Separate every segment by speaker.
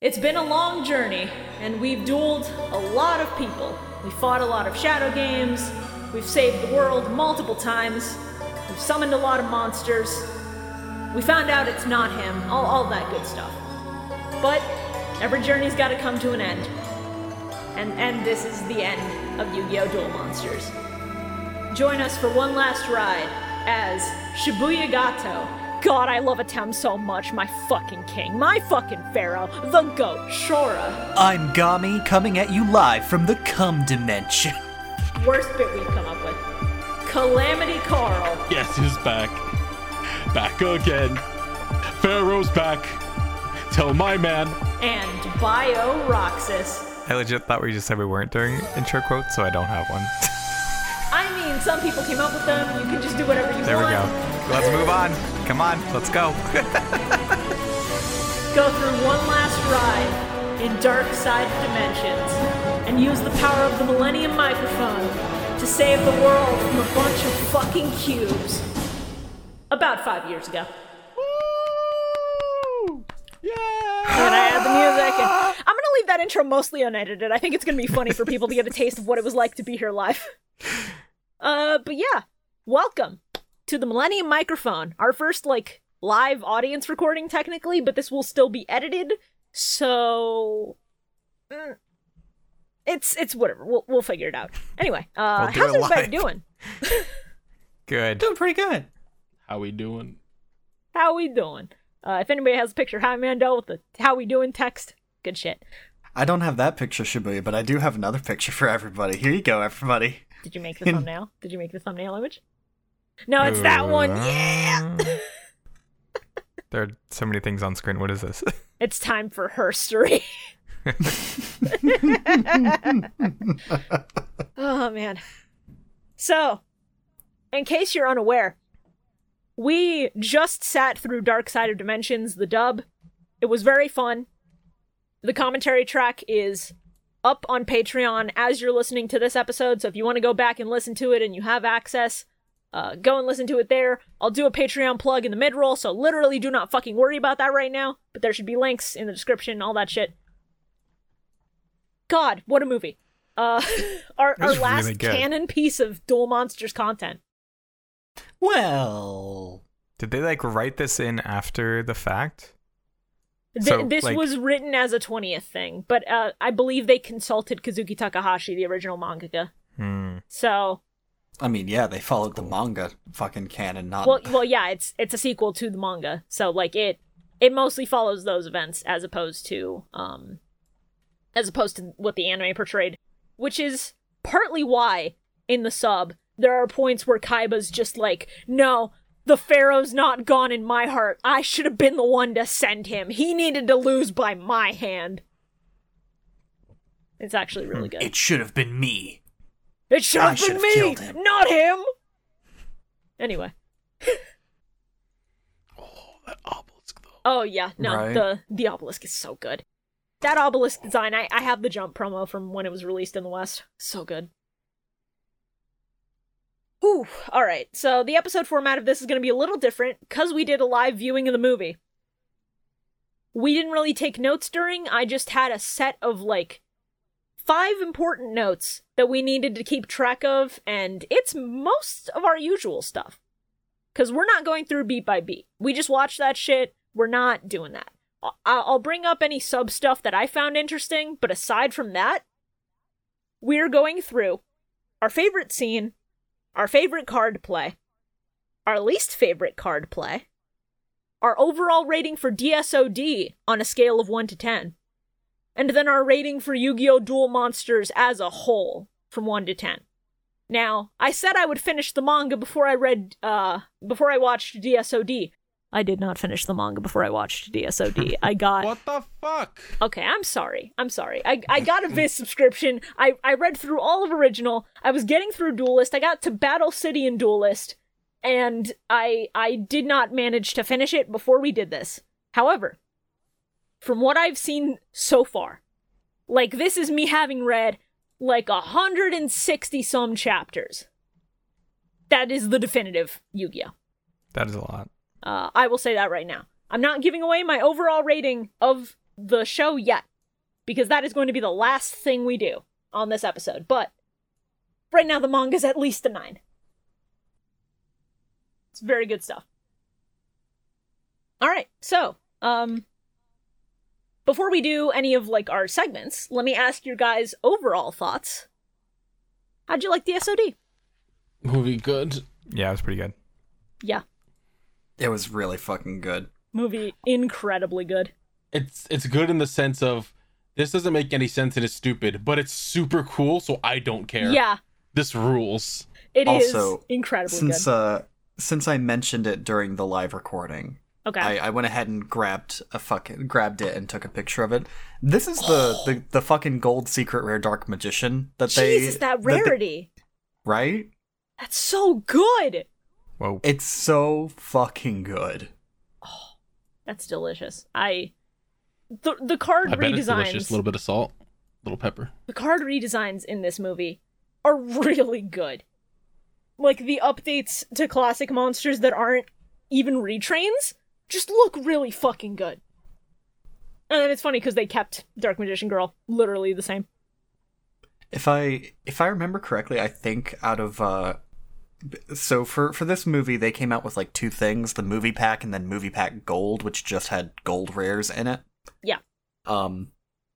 Speaker 1: It's been a long journey, and we've dueled a lot of people. We fought a lot of shadow games, we've saved the world multiple times, we've summoned a lot of monsters. We found out it's not him, all, all that good stuff. But every journey's gotta come to an end. And, and this is the end of Yu Gi Oh! Duel Monsters. Join us for one last ride as Shibuya Gato. God, I love Atem so much. My fucking king, my fucking pharaoh, the goat, Shora.
Speaker 2: I'm Gami, coming at you live from the cum dimension.
Speaker 1: Worst bit we've come up with. Calamity Carl.
Speaker 3: Yes, he's back. Back again. Pharaoh's back. Tell my man.
Speaker 1: And Bio Roxas.
Speaker 4: I legit thought we just said we weren't doing intro quotes, so I don't have one.
Speaker 1: I mean, some people came up with them. You can just do whatever you
Speaker 4: there we
Speaker 1: want.
Speaker 4: go. Let's move on. Come on, let's go.
Speaker 1: go through one last ride in dark side dimensions and use the power of the Millennium Microphone to save the world from a bunch of fucking cubes. About five years ago.
Speaker 3: Yeah.
Speaker 1: And I add the music. And I'm gonna leave that intro mostly unedited. I think it's gonna be funny for people to get a taste of what it was like to be here live. Uh, but yeah, welcome to the Millennium Microphone, our first like live audience recording technically, but this will still be edited, so mm, it's it's whatever. We'll we'll figure it out. Anyway, uh,
Speaker 4: We'll do
Speaker 1: how's
Speaker 4: it
Speaker 1: everybody
Speaker 4: live.
Speaker 1: doing?
Speaker 4: Good.
Speaker 2: Doing pretty good.
Speaker 3: How we doing?
Speaker 1: How we doing? Uh, if anybody has a picture, hi Mandel with the "How we doing" text. Good shit.
Speaker 2: I don't have that picture, Shibuya, but I do have another picture for everybody. Here you go, everybody.
Speaker 1: Did you make the thumbnail? Did you make the thumbnail image? No, Oh, it's that one. Yeah.
Speaker 4: Uh. There are so many things on screen. What is this?
Speaker 1: It's time for herstory. oh man. So, in case you're unaware, we just sat through Dark Side of Dimensions, the dub. It was very fun. The commentary track is up on Patreon as you're listening to this episode, so if you want to go back and listen to it and you have access, uh, go and listen to it there. I'll do a Patreon plug in the mid roll, so literally do not fucking worry about that right now. But there should be links in the description, all that shit. God, what a movie! Uh, our
Speaker 4: It
Speaker 1: our
Speaker 4: was
Speaker 1: last
Speaker 4: really good.
Speaker 1: canon piece of Duel Monsters content.
Speaker 2: Well,
Speaker 4: Did they like write this in after the fact?
Speaker 1: Th-
Speaker 4: So,
Speaker 1: this
Speaker 4: like-
Speaker 1: was written as a 20th thing, but uh, I believe they consulted Kazuki Takahashi, the original mangaka.
Speaker 4: Hmm.
Speaker 1: So,
Speaker 2: I mean, yeah, they followed the manga fucking canon, not
Speaker 1: well, well, yeah, it's it's a sequel to the manga, so like it it mostly follows those events as opposed to um as opposed to what the anime portrayed, which is partly why in the sub there are points where Kaiba's just like, no. The Pharaoh's not gone in my heart. I should have been the one to send him. He needed to lose by my hand. It's actually really good.
Speaker 2: Hmm. it should have been me.
Speaker 1: It should
Speaker 2: I
Speaker 1: have been
Speaker 2: should've
Speaker 1: me,
Speaker 2: killed him.
Speaker 1: not him. Anyway,
Speaker 3: Oh, that obelisk though.
Speaker 1: oh yeah, no,
Speaker 2: Right.
Speaker 1: the the obelisk is so good. That obelisk design, I, I have the jump promo from when it was released in the West. So good. Ooh, all right. So the episode format of this is going to be a little different because we did a live viewing of the movie. We didn't really take notes during. I just had a set of like five important notes that we needed to keep track of, and it's most of our usual stuff. Because we're not going through beat by beat. We just watch that shit. We're not doing that. I- I'll bring up any sub stuff that I found interesting, but aside from that, we're going through our favorite scene, our favorite card play, our least favorite card play, our overall rating for DSOD on a scale of 1 to 10, and then our rating for Yu Gi Oh! Duel Monsters as a whole from 1 to 10. Now, I said I would finish the manga before I read, uh, before I watched DSOD. I did not finish the manga before I watched DSOD. I got.
Speaker 3: What the fuck?
Speaker 1: Okay, I'm sorry. I'm sorry. I, I got a Viz subscription. I, I read through all of Original. I was getting through Duelist. I got to Battle City in Duelist, and I I did not manage to finish it before we did this. However, from what I've seen so far, like this is me having read like 160 some chapters. That is the definitive Yu-Gi-Oh!
Speaker 4: That is a lot.
Speaker 1: Uh, I will say that right now. I'm not giving away my overall rating of the show yet, because that is going to be the last thing we do on this episode. But right now, the manga's at least a nine. It's very good stuff. All right, so um, before we do any of like our segments, let me ask your guys' overall thoughts. How'd you like the SOD?
Speaker 5: Movie good.
Speaker 4: Yeah, it was pretty good.
Speaker 1: Yeah,
Speaker 2: It was really fucking good.
Speaker 1: movie incredibly good.
Speaker 5: It's it's good in the sense of this doesn't make any sense and it's stupid, but it's super cool, so I don't care.
Speaker 1: Yeah,
Speaker 5: This rules.
Speaker 1: it is
Speaker 2: Also,
Speaker 1: incredibly
Speaker 2: since
Speaker 1: good.
Speaker 2: uh since I mentioned it during the live recording,
Speaker 1: okay,
Speaker 2: I, I went ahead and grabbed a fucking grabbed it and took a picture of it. This is the the, the fucking gold secret rare dark magician that they
Speaker 1: Jesus, that
Speaker 2: they-
Speaker 1: rarity.
Speaker 2: right?
Speaker 1: That's so good.
Speaker 4: Whoa.
Speaker 2: It's so fucking good.
Speaker 1: That's delicious. I the the card
Speaker 5: I bet it's delicious. A little
Speaker 1: redesigns
Speaker 5: bit of salt, a little pepper.
Speaker 1: the card redesigns in this movie are really good. Like the updates to classic monsters that aren't even retrains just look really fucking good. And then it's funny because they kept Dark Magician Girl literally the same.
Speaker 2: If I if I remember correctly, I think out of uh b- so for for this movie they came out with like two things, the movie pack and then movie pack gold, which just had gold rares in it.
Speaker 1: Yeah.
Speaker 2: Um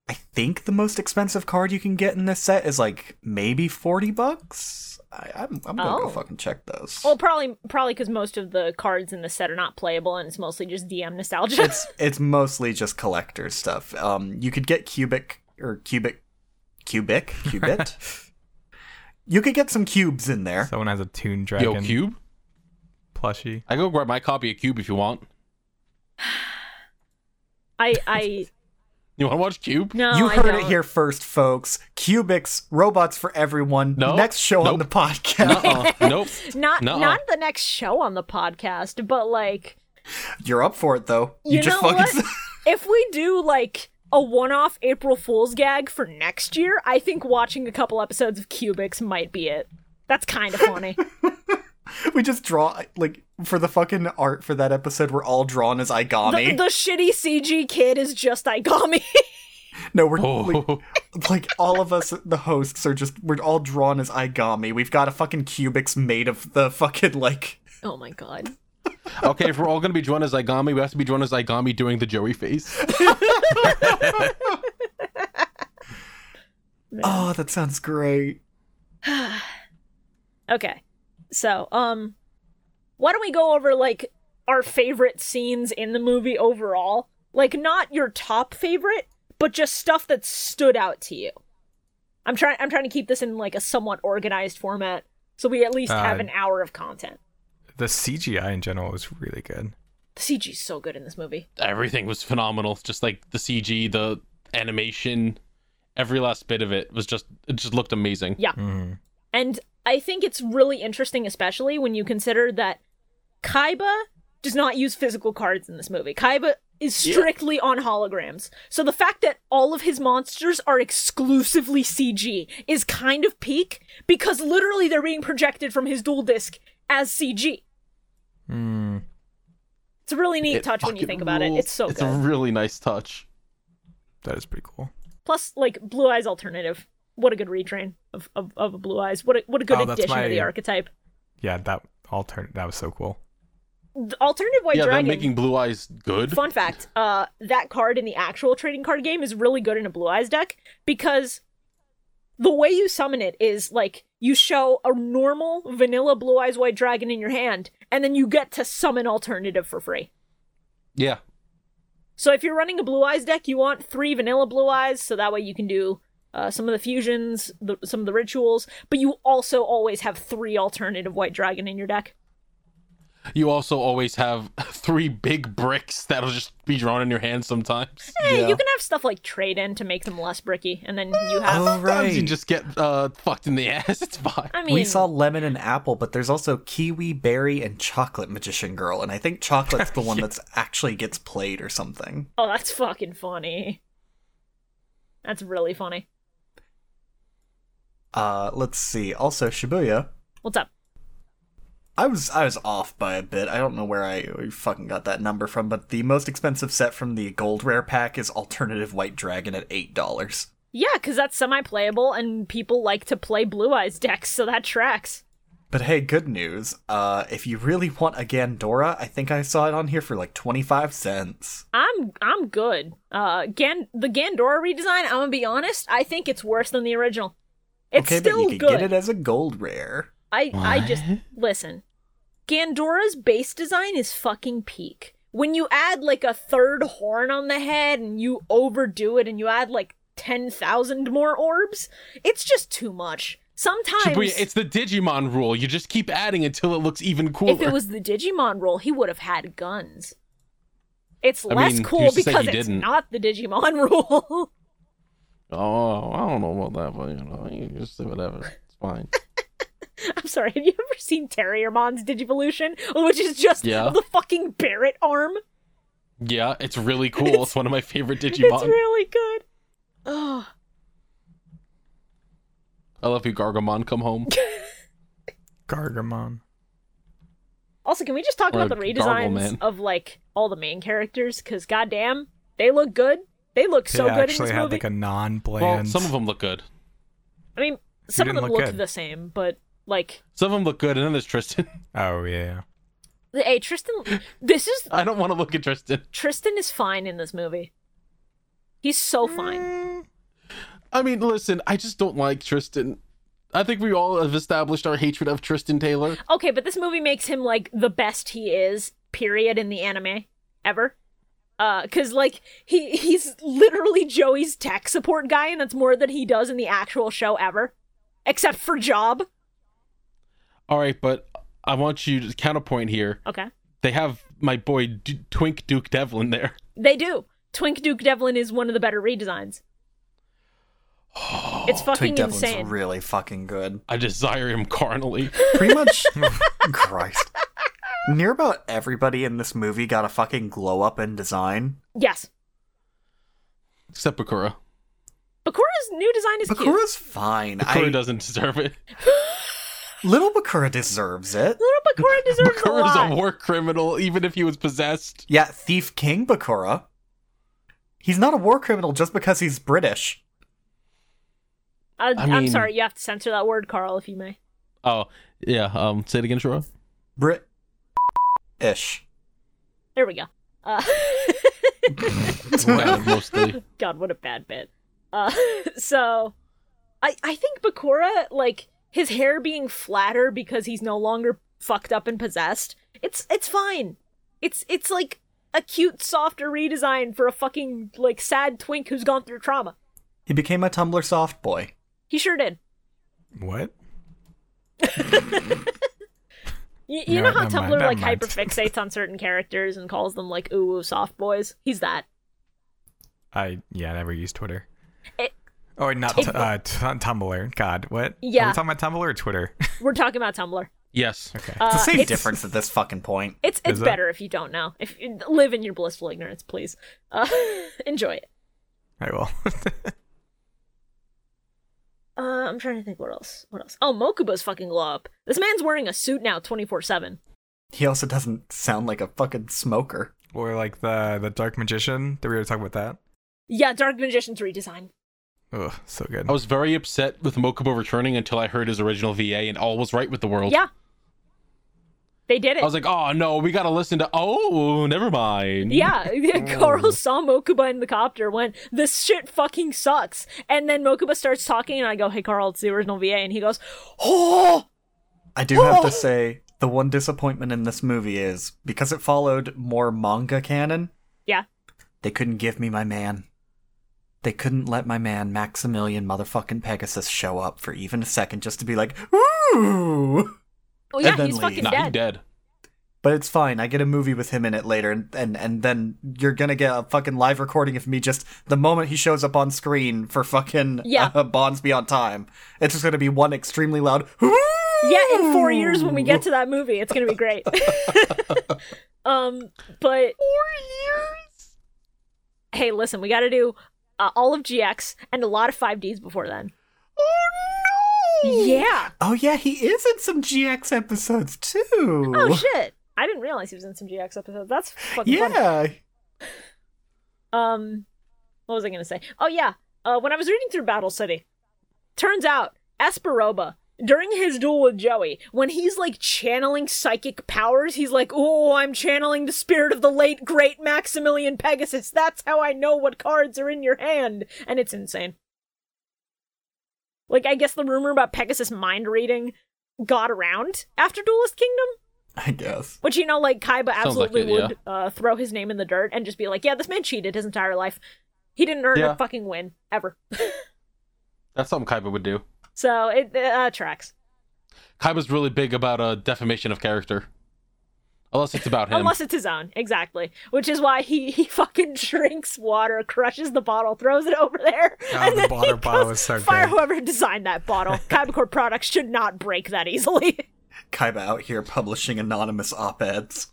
Speaker 2: I think the most expensive card you can get in this set is like maybe 40 bucks. I, I'm, I'm gonna
Speaker 1: Oh.
Speaker 2: go fucking check those.
Speaker 1: Well, probably probably because most of the cards in the set are not playable, and it's mostly just DM nostalgia.
Speaker 2: it's it's mostly just collector stuff. Um, you could get cubic or cubic, cubic, cubit. you could get some cubes in there.
Speaker 4: Someone has a Toon Dragon
Speaker 5: Yo, cube.
Speaker 4: plushie.
Speaker 5: I go grab my copy of Cube if you want.
Speaker 1: I I
Speaker 5: You want to watch Cube?
Speaker 1: no.
Speaker 2: you
Speaker 1: Oh, I
Speaker 2: heard it
Speaker 1: don't.
Speaker 2: here first, folks. Cubics, robots for everyone.
Speaker 5: No.
Speaker 2: Next show on
Speaker 5: Nope.
Speaker 2: the podcast.
Speaker 5: Uh-uh. nope.
Speaker 1: Not
Speaker 5: Nuh-uh.
Speaker 1: not the next show on the podcast, but like
Speaker 2: You're up for it though. You,
Speaker 1: You
Speaker 2: just
Speaker 1: know
Speaker 2: fucking.
Speaker 1: what? if we do like a one-off April Fool's gag for next year, I think watching a couple episodes of Cubics might be it. That's kind of funny.
Speaker 2: we just draw like for the fucking art for that episode. We're all drawn as
Speaker 1: the,
Speaker 2: Igami.
Speaker 1: the shitty CG kid is just Igami.
Speaker 2: no, we're like,
Speaker 5: Oh,
Speaker 2: like all of us, the hosts are just we're all drawn as Igami. We've got a fucking cubics made of the fucking like.
Speaker 1: oh my god.
Speaker 5: okay. If we're all gonna be drawn as Igami, we have to be drawn as Igami doing the Joey face.
Speaker 2: Oh, that sounds great.
Speaker 1: Okay. So, um why don't we go over like our favorite scenes in the movie overall? Like not your top favorite, but just stuff that stood out to you. I'm trying I'm trying to keep this in like a somewhat organized format so we at least have
Speaker 4: Uh,
Speaker 1: an hour of content.
Speaker 4: The CGI in general was really good.
Speaker 1: The CG's so good in this movie.
Speaker 5: Everything was phenomenal. Just like the CG, the animation, every last bit of it was just it just looked amazing.
Speaker 1: Yeah.
Speaker 4: Mm-hmm.
Speaker 1: And I think it's really interesting, especially when you consider that Kaiba does not use physical cards in this movie. Kaiba is strictly on holograms. So the fact that all of his monsters are exclusively CG is kind of peak because literally they're being projected from his dual disc as CG.
Speaker 4: Mm.
Speaker 1: It's a really neat touch when you
Speaker 5: fucking
Speaker 1: think about it.
Speaker 5: rules.
Speaker 1: It's so
Speaker 5: It's
Speaker 1: good.
Speaker 5: a really nice touch.
Speaker 4: That is pretty cool.
Speaker 1: Plus, like Blue Eyes Alternative. What a good retrain of, of, of Blue Eyes. What a, what a good
Speaker 4: Oh, that's
Speaker 1: addition to
Speaker 4: my-
Speaker 1: the archetype.
Speaker 4: Yeah, that alternate that was so cool.
Speaker 1: The Alternative White
Speaker 5: yeah,
Speaker 1: Dragon.
Speaker 5: them making blue eyes good.
Speaker 1: Fun fact: uh, that card in the actual trading card game is really good in a Blue Eyes deck because the way you summon it is like you show a normal vanilla Blue Eyes White Dragon in your hand, and then you get to summon alternative for free.
Speaker 5: Yeah,
Speaker 1: So if you're running a Blue Eyes deck, you want three vanilla Blue Eyes, so that way you can do uh, some of the fusions, the, some of the rituals, but you also always have three alternative White Dragon in your deck.
Speaker 5: you also always have three big bricks that'll just be drawn in your hand sometimes.
Speaker 1: Hey,
Speaker 2: Yeah.
Speaker 1: you can have stuff like trade in to make them less bricky, and then you have.
Speaker 2: Oh
Speaker 5: Sometimes you
Speaker 2: right.
Speaker 5: just get uh, fucked in the ass. It's fine.
Speaker 1: I mean,
Speaker 2: We saw lemon and apple, but there's also kiwi, berry, and chocolate magician girl, and I think chocolate's the one that's actually gets played or something.
Speaker 1: Oh, that's fucking funny. That's really funny.
Speaker 2: Uh, let's see. Also Shibuya,
Speaker 1: What's up?
Speaker 2: I was I was off by a bit. I don't know where I fucking got that number from, but the most expensive set from the gold rare pack is alternative white dragon at eight dollars.
Speaker 1: Yeah, because that's semi playable and people like to play Blue Eyes decks, so that tracks.
Speaker 2: But hey, good news. Uh, if you really want a Gandora, I think I saw it on here for like twenty five cents.
Speaker 1: I'm I'm good. Uh, Gan the Gandora redesign. I'm gonna be honest. I think it's worse than the original. It's
Speaker 2: okay,
Speaker 1: still
Speaker 2: but you could
Speaker 1: good.
Speaker 2: get it as a gold rare.
Speaker 1: I I just listen. Gandora's base design is fucking peak. When you add like a third horn on the head and you overdo it and you add like 10,000 more orbs, it's just too much. Sometimes
Speaker 5: Shibuya, it's the Digimon rule. You just keep adding until it looks even cooler.
Speaker 1: if it was the Digimon rule, he would have had guns. It's
Speaker 5: I
Speaker 1: less
Speaker 5: mean,
Speaker 1: cool
Speaker 5: who's to say
Speaker 1: because
Speaker 5: he
Speaker 1: it's
Speaker 5: didn't?
Speaker 1: not the Digimon rule.
Speaker 5: oh, I don't know about that, but you know, you just say whatever. It's fine.
Speaker 1: I'm sorry, have you ever seen Terriermon's Digivolution? Which is just
Speaker 5: Yeah.
Speaker 1: the fucking Barret arm.
Speaker 5: yeah, it's really cool. It's, one of my favorite Digimon.
Speaker 1: It's really good. Oh,
Speaker 5: I love you, Gargamon. Come home.
Speaker 4: Gargamon.
Speaker 1: Also, can we just talk
Speaker 5: Or
Speaker 1: about the
Speaker 5: Gargle Man.
Speaker 1: redesigns of like all the main characters? Because goddamn, they look good. They look so
Speaker 4: they
Speaker 1: good in
Speaker 4: actually
Speaker 1: this
Speaker 4: had
Speaker 1: movie.
Speaker 4: like a non-bland.
Speaker 5: Well, some of them look good.
Speaker 1: I mean, some of
Speaker 4: didn't
Speaker 1: them
Speaker 4: look
Speaker 1: look
Speaker 4: good?
Speaker 1: the same, but like,
Speaker 5: Some of them look good, and then there's Tristan.
Speaker 4: Oh yeah.
Speaker 1: hey, Tristan, this is
Speaker 5: I don't want to look at Tristan.
Speaker 1: Tristan is fine in this movie. He's so
Speaker 4: Mm.
Speaker 1: fine.
Speaker 5: I mean, listen, I just don't like Tristan. I think we all have established our hatred of Tristan Taylor.
Speaker 1: Okay, but this movie makes him like the best he is. Period in the anime ever. Uh, cause like he he's literally Joey's tech support guy, and that's more than he does in the actual show ever, except for Job.
Speaker 5: All right, but I want you to counterpoint here.
Speaker 1: Okay.
Speaker 5: They have my boy D- Twink Duke Devlin there.
Speaker 1: They do. Twink Duke Devlin is one of the better redesigns. It's fucking
Speaker 2: Twink Devlin's
Speaker 1: insane.
Speaker 2: really fucking good.
Speaker 5: I desire him carnally.
Speaker 2: Pretty much. Christ. Near about everybody in this movie got a fucking glow up in design.
Speaker 1: yes.
Speaker 5: Except Bakura.
Speaker 1: Bakura's new design is cute.
Speaker 2: Bakura's fine.
Speaker 5: Bakura
Speaker 2: I,
Speaker 5: doesn't deserve it.
Speaker 2: little Bakura deserves it.
Speaker 1: Little Bakura deserves a
Speaker 5: Bakura's
Speaker 1: lot.
Speaker 5: a war criminal, even if he was possessed.
Speaker 2: Yeah, Thief King Bakura. He's not a war criminal just because he's British.
Speaker 1: I,
Speaker 5: I
Speaker 1: am
Speaker 5: mean-
Speaker 1: Uh, sorry, you have to censor that word, Carl, if you may.
Speaker 5: Oh, yeah. Um, say it again, Shura.
Speaker 2: Brit ish.
Speaker 1: There we go. Uh,
Speaker 5: Yeah, mostly.
Speaker 1: God, what a bad bit. Uh, so, I I think Bakura like his hair being flatter because he's no longer fucked up and possessed. It's it's fine. It's it's like a cute, softer redesign for a fucking like sad twink who's gone through trauma.
Speaker 2: He became a Tumblr soft boy.
Speaker 1: He sure did.
Speaker 4: What?
Speaker 1: You, you
Speaker 4: No,
Speaker 1: know how
Speaker 4: never mind,
Speaker 1: Tumblr
Speaker 4: never
Speaker 1: like
Speaker 4: mind.
Speaker 1: hyperfixates on certain characters and calls them like ooh, ooh soft boys. He's that.
Speaker 4: I yeah, I never used Twitter.
Speaker 1: It-
Speaker 4: oh, wait, not
Speaker 1: It-
Speaker 4: t- uh, t- Tumblr. God, what? Are
Speaker 1: Yeah.
Speaker 4: we talking about Tumblr or Twitter?
Speaker 1: We're talking about Tumblr.
Speaker 5: Yes.
Speaker 4: okay.
Speaker 1: Uh,
Speaker 2: It's the same
Speaker 1: it's-
Speaker 2: difference at this fucking point.
Speaker 1: It's it's
Speaker 4: Is that-
Speaker 1: better if you don't know. If live in your blissful ignorance, please. Uh, enjoy it.
Speaker 4: I will.
Speaker 1: Uh, I'm trying to think what else. What else? Oh, Mokuba's fucking glow up. This man's wearing a suit now, 24 seven.
Speaker 2: He also doesn't sound like a fucking smoker.
Speaker 4: or like the the Dark Magician. Did we already talk about that?
Speaker 1: Yeah, Dark Magician's redesign.
Speaker 4: Ugh, so good.
Speaker 5: I was very upset with Mokubo returning until I heard his original VA, and all was right with the world.
Speaker 1: Yeah, they did it.
Speaker 5: I was like, oh no, we gotta listen to. Oh, never mind.
Speaker 1: yeah, Carl saw Mokuba in the copter. Went, this shit fucking sucks. And then Mokuba starts talking, and I go, "Hey, Carl, it's the original VA." And he goes, "Oh,
Speaker 2: I do have to say, the one disappointment in this movie is because it followed more manga canon,
Speaker 1: yeah."
Speaker 2: they couldn't give me my man. They couldn't let my man Maximilian motherfucking Pegasus show up for even a second just to be like, ooh!
Speaker 1: Oh yeah,
Speaker 2: And then
Speaker 1: he's
Speaker 2: leave.
Speaker 1: fucking
Speaker 5: Nah, he
Speaker 1: dead.
Speaker 5: dead.
Speaker 2: But it's fine. I get a movie with him in it later, and, and, and then you're gonna get a fucking live recording of me just the moment he shows up on screen for fucking
Speaker 1: Yeah.
Speaker 2: uh, Bonds Beyond Time. It's just gonna be one extremely loud. "Ooh!"
Speaker 1: Yeah, in four years when we get to that movie, it's gonna be great. um, but four years. Hey, listen, we got to do uh, all of GX and a lot of five Ds before then.
Speaker 5: Oh
Speaker 1: Yeah.
Speaker 2: Oh yeah, he is in some GX episodes too.
Speaker 1: Oh shit. I didn't realize he was in some GX episodes. That's fucking funny.
Speaker 2: yeah.
Speaker 1: Um, what was I gonna say? Oh yeah, uh, when I was reading through Battle City, turns out Esperoba during his duel with Joey, when he's like channeling psychic powers, he's like, "Oh, I'm channeling the spirit of the late great Maximilian Pegasus. That's how I know what cards are in your hand," and it's insane. Like, I guess the rumor about Pegasus mind reading got around after Duelist Kingdom.
Speaker 2: I guess.
Speaker 1: Which you know, like Kaiba
Speaker 5: Sounds like
Speaker 1: absolutely
Speaker 5: it,
Speaker 1: would uh, throw his name in the dirt and just be like, "Yeah, this man cheated his entire life. He didn't earn
Speaker 5: Yeah.
Speaker 1: a fucking win ever."
Speaker 5: That's something Kaiba would do.
Speaker 1: so it uh, tracks,
Speaker 5: Kaiba's really big about uh, defamation of character. Unless it's about him.
Speaker 1: unless it's his own, exactly. Which is why he he fucking drinks water, crushes the bottle, throws it over there,
Speaker 4: Oh,
Speaker 1: and
Speaker 4: the
Speaker 1: then
Speaker 4: water
Speaker 1: he
Speaker 4: bottle
Speaker 1: goes,
Speaker 4: is so
Speaker 1: fire
Speaker 4: good."
Speaker 1: whoever designed that bottle. Kaiba Corp products should not break that easily.
Speaker 2: Kaiba out here publishing anonymous op-eds.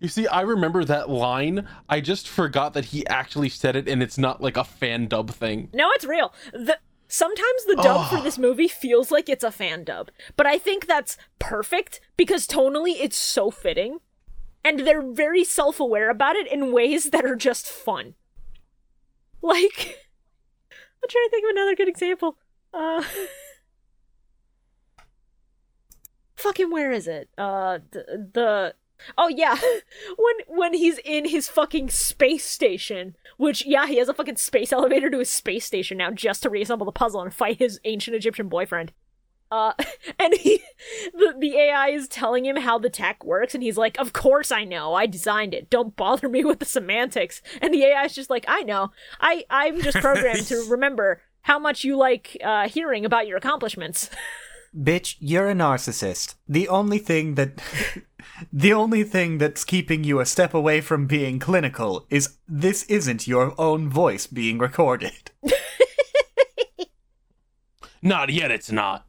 Speaker 5: You see, I remember that line. I just forgot that he actually said it and it's not like a fan dub thing.
Speaker 1: No, it's real. The sometimes the dub for this movie feels like it's a fan dub, but I think that's perfect because tonally it's so fitting, and they're very self-aware about it in ways that are just fun. Like, I'm trying to think of another good example. Uh, fucking where is it? Uh, the. the Oh yeah, when when he's in his fucking space station, which yeah, he has a fucking space elevator to his space station now just to reassemble the puzzle and fight his ancient Egyptian boyfriend. Uh, and he, the, the AI is telling him how the tech works, and he's like, "Of course I know. I designed it. Don't bother me with the semantics." And the AI is just like, "I know. I I'm just programmed to remember how much you like uh, hearing about your accomplishments."
Speaker 2: Bitch, you're a narcissist. The only thing that the only thing that's keeping you a step away from being clinical is this isn't your own voice being recorded.
Speaker 5: Not yet, it's not.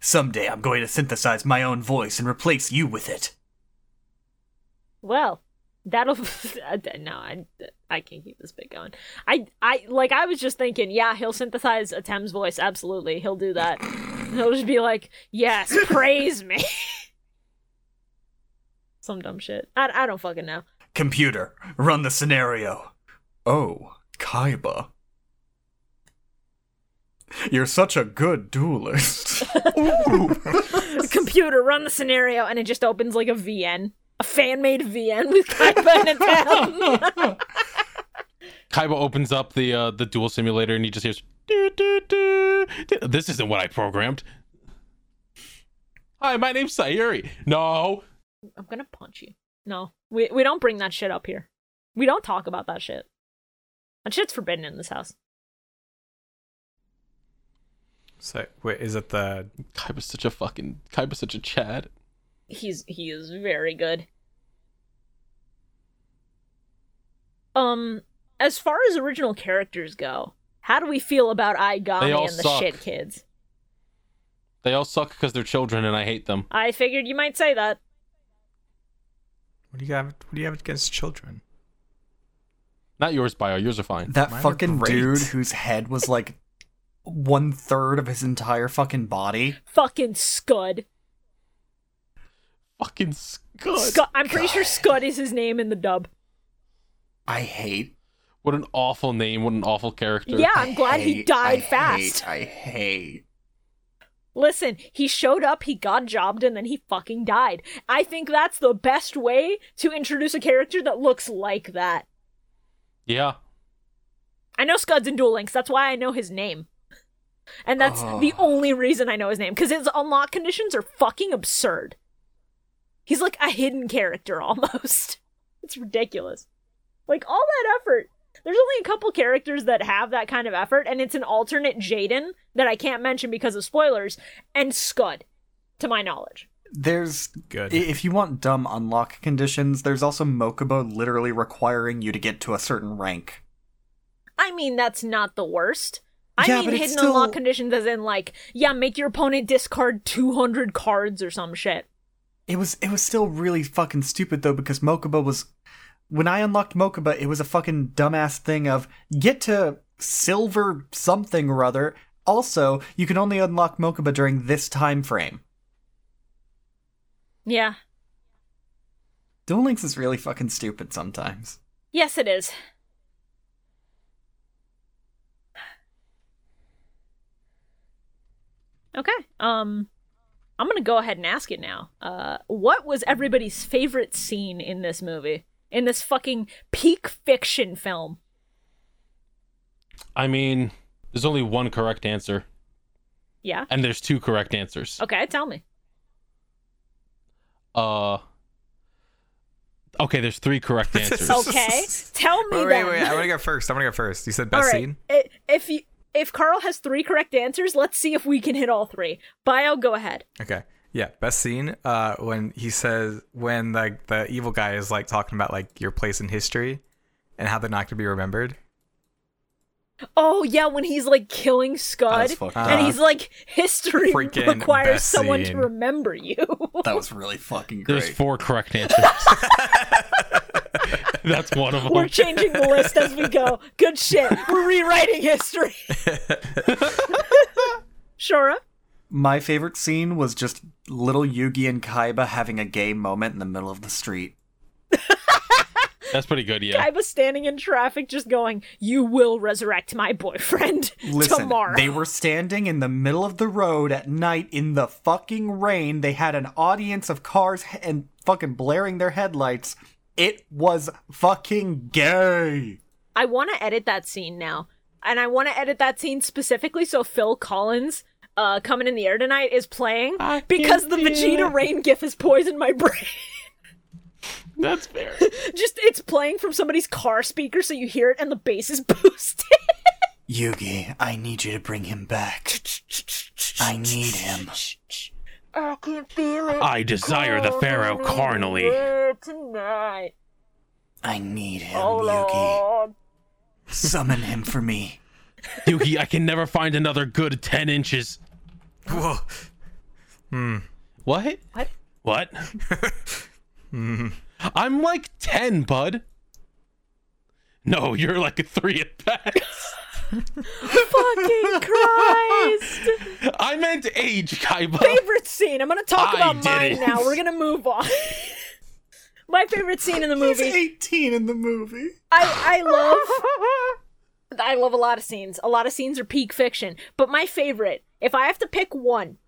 Speaker 2: Someday I'm going to synthesize my own voice and replace you with it.
Speaker 1: Well, that'll no, I I can't keep this bit going. I I like I was just thinking, yeah, he'll synthesize a Thames voice. Absolutely, he'll do that. he'll just be like, yes, praise me. Some dumb shit. I, I don't fucking know.
Speaker 2: Computer, run the scenario. Oh, Kaiba. You're such a good duelist.
Speaker 1: Computer, run the scenario, and it just opens like a VN, a fan made VN with Kaiba and a Thames.
Speaker 5: Kaiba opens up the uh, the dual simulator and he just hears "Doo, doo, doo, doo." This isn't what I programmed. Hi, my name's Sayuri. No.
Speaker 1: I'm gonna punch you. No, we we don't bring that shit up here. We don't talk about that shit. That shit's forbidden in this house.
Speaker 4: So, wait, is it the
Speaker 5: Kaiba's such a fucking Kaiba's such a Chad.
Speaker 1: He's he is very good. Um, as far as original characters go, how do we feel about
Speaker 5: They all
Speaker 1: Igami and the
Speaker 5: suck.
Speaker 1: shit kids?
Speaker 5: They all suck because they're children and I hate them.
Speaker 1: I figured you might say that.
Speaker 4: what do you have? What do you have against children?
Speaker 5: Not yours, Bio. Yours are fine.
Speaker 2: That
Speaker 4: Mine are
Speaker 2: fucking
Speaker 4: great.
Speaker 2: dude whose head was like one third of his entire fucking body.
Speaker 1: Fucking Scud.
Speaker 5: Fucking scud.
Speaker 1: Scud. I'm pretty sure Scud is his name in the dub.
Speaker 2: I hate.
Speaker 5: What an awful name. What an awful character.
Speaker 1: Yeah, I'm glad he
Speaker 2: hate-
Speaker 1: died
Speaker 2: I
Speaker 1: fast.
Speaker 2: hate- I hate.
Speaker 1: Listen, he showed up, he got jobbed, and then he fucking died. I think that's the best way to introduce a character that looks like that.
Speaker 5: Yeah.
Speaker 1: I know Scud's in Duel Links. That's why I know his name. And that's
Speaker 2: Oh.
Speaker 1: the only reason I know his name because his unlock conditions are fucking absurd. He's like a hidden character almost. it's ridiculous. Like all that effort. There's only a couple characters that have that kind of effort, and it's an alternate Jaden that I can't mention because of spoilers, and Scud, to my knowledge.
Speaker 2: There's
Speaker 4: Good.
Speaker 2: i- If you want dumb unlock conditions, there's also Mokubo literally requiring you to get to a certain rank.
Speaker 1: I mean, that's not the worst. I
Speaker 2: Yeah,
Speaker 1: mean,
Speaker 2: but it's
Speaker 1: hidden
Speaker 2: still-
Speaker 1: unlock conditions, as in, like, yeah, make your opponent discard 200 cards or some shit.
Speaker 2: It was it was still really fucking stupid though because Mokuba was when I unlocked Mokuba, it was a fucking dumbass thing of get to silver something or other. Also, you can only unlock Mokuba during this time frame.
Speaker 1: Yeah.
Speaker 2: Duel Links is really fucking stupid sometimes.
Speaker 1: Yes, it is. Okay. Um I'm going to go ahead and ask it now. Uh what was everybody's favorite scene in this movie? In this fucking peak fiction film?
Speaker 5: I mean, there's only one correct answer,
Speaker 1: Yeah.
Speaker 5: and there's two correct answers.
Speaker 1: Okay, tell me.
Speaker 5: Uh, okay, there's three correct answers.
Speaker 1: Okay. tell me
Speaker 4: Oh, Wait, wait,
Speaker 1: then.
Speaker 4: wait. I want to go first. I want to go first. You said
Speaker 1: All
Speaker 4: best
Speaker 1: right.
Speaker 4: scene.
Speaker 1: I- If you if Carl has three correct answers, let's see if we can hit all three. Bio, go ahead.
Speaker 4: Okay. Yeah, best scene. Uh, when he says when like the evil guy is like talking about like your place in history, and how they're not gonna be remembered.
Speaker 1: Oh yeah, when he's like killing Scud,
Speaker 2: That's fucked
Speaker 1: and
Speaker 4: up.
Speaker 1: he's like, history
Speaker 4: Freaking
Speaker 1: requires
Speaker 4: best
Speaker 1: someone
Speaker 4: scene.
Speaker 1: to remember you.
Speaker 2: That was really fucking great.
Speaker 5: There's four correct answers. That's one of them.
Speaker 1: We're changing the list as we go. Good shit. We're rewriting history. Shora.
Speaker 2: My favorite scene was just little Yugi and Kaiba having a gay moment in the middle of the street.
Speaker 5: That's pretty good, yeah.
Speaker 1: I was standing in traffic just going, You will resurrect my boyfriend
Speaker 2: Listen,
Speaker 1: tomorrow.
Speaker 2: they were standing in the middle of the road at night in the fucking rain. They had an audience of cars h- and fucking blaring their headlights. It was fucking gay.
Speaker 1: I want to edit that scene now, and I want to edit that scene specifically so Phil Collins, uh, coming in the air tonight, is playing
Speaker 5: I
Speaker 1: because
Speaker 5: can
Speaker 1: the
Speaker 5: feel
Speaker 1: Vegeta
Speaker 5: it.
Speaker 1: Rain gif has poisoned my brain.
Speaker 5: That's fair.
Speaker 1: Just it's playing from somebody's car speaker, so you hear it, and the bass is boosted.
Speaker 2: Yugi, I need you to bring him back. I need him.
Speaker 1: I can feel it.
Speaker 5: I desire the Pharaoh carnally.
Speaker 1: tonight.
Speaker 2: I need him,
Speaker 1: Oh Lord.
Speaker 2: Summon him for me.
Speaker 5: Yuki, I can never find another good 10 inches.
Speaker 4: Whoa.
Speaker 5: What?
Speaker 1: What?
Speaker 5: What? I'm like 10, bud. No, you're like a three at best.
Speaker 1: Fucking Christ!
Speaker 5: I meant age, Kaiba.
Speaker 1: favorite scene. I'm gonna talk
Speaker 5: I
Speaker 1: about
Speaker 5: did
Speaker 1: mine
Speaker 5: it.
Speaker 1: now. We're gonna move on. My favorite scene in the
Speaker 2: He's
Speaker 1: movie.
Speaker 2: 18 in the movie.
Speaker 1: I, I love I love a lot of scenes. A lot of scenes are peak fiction, but my favorite, if I have to pick one,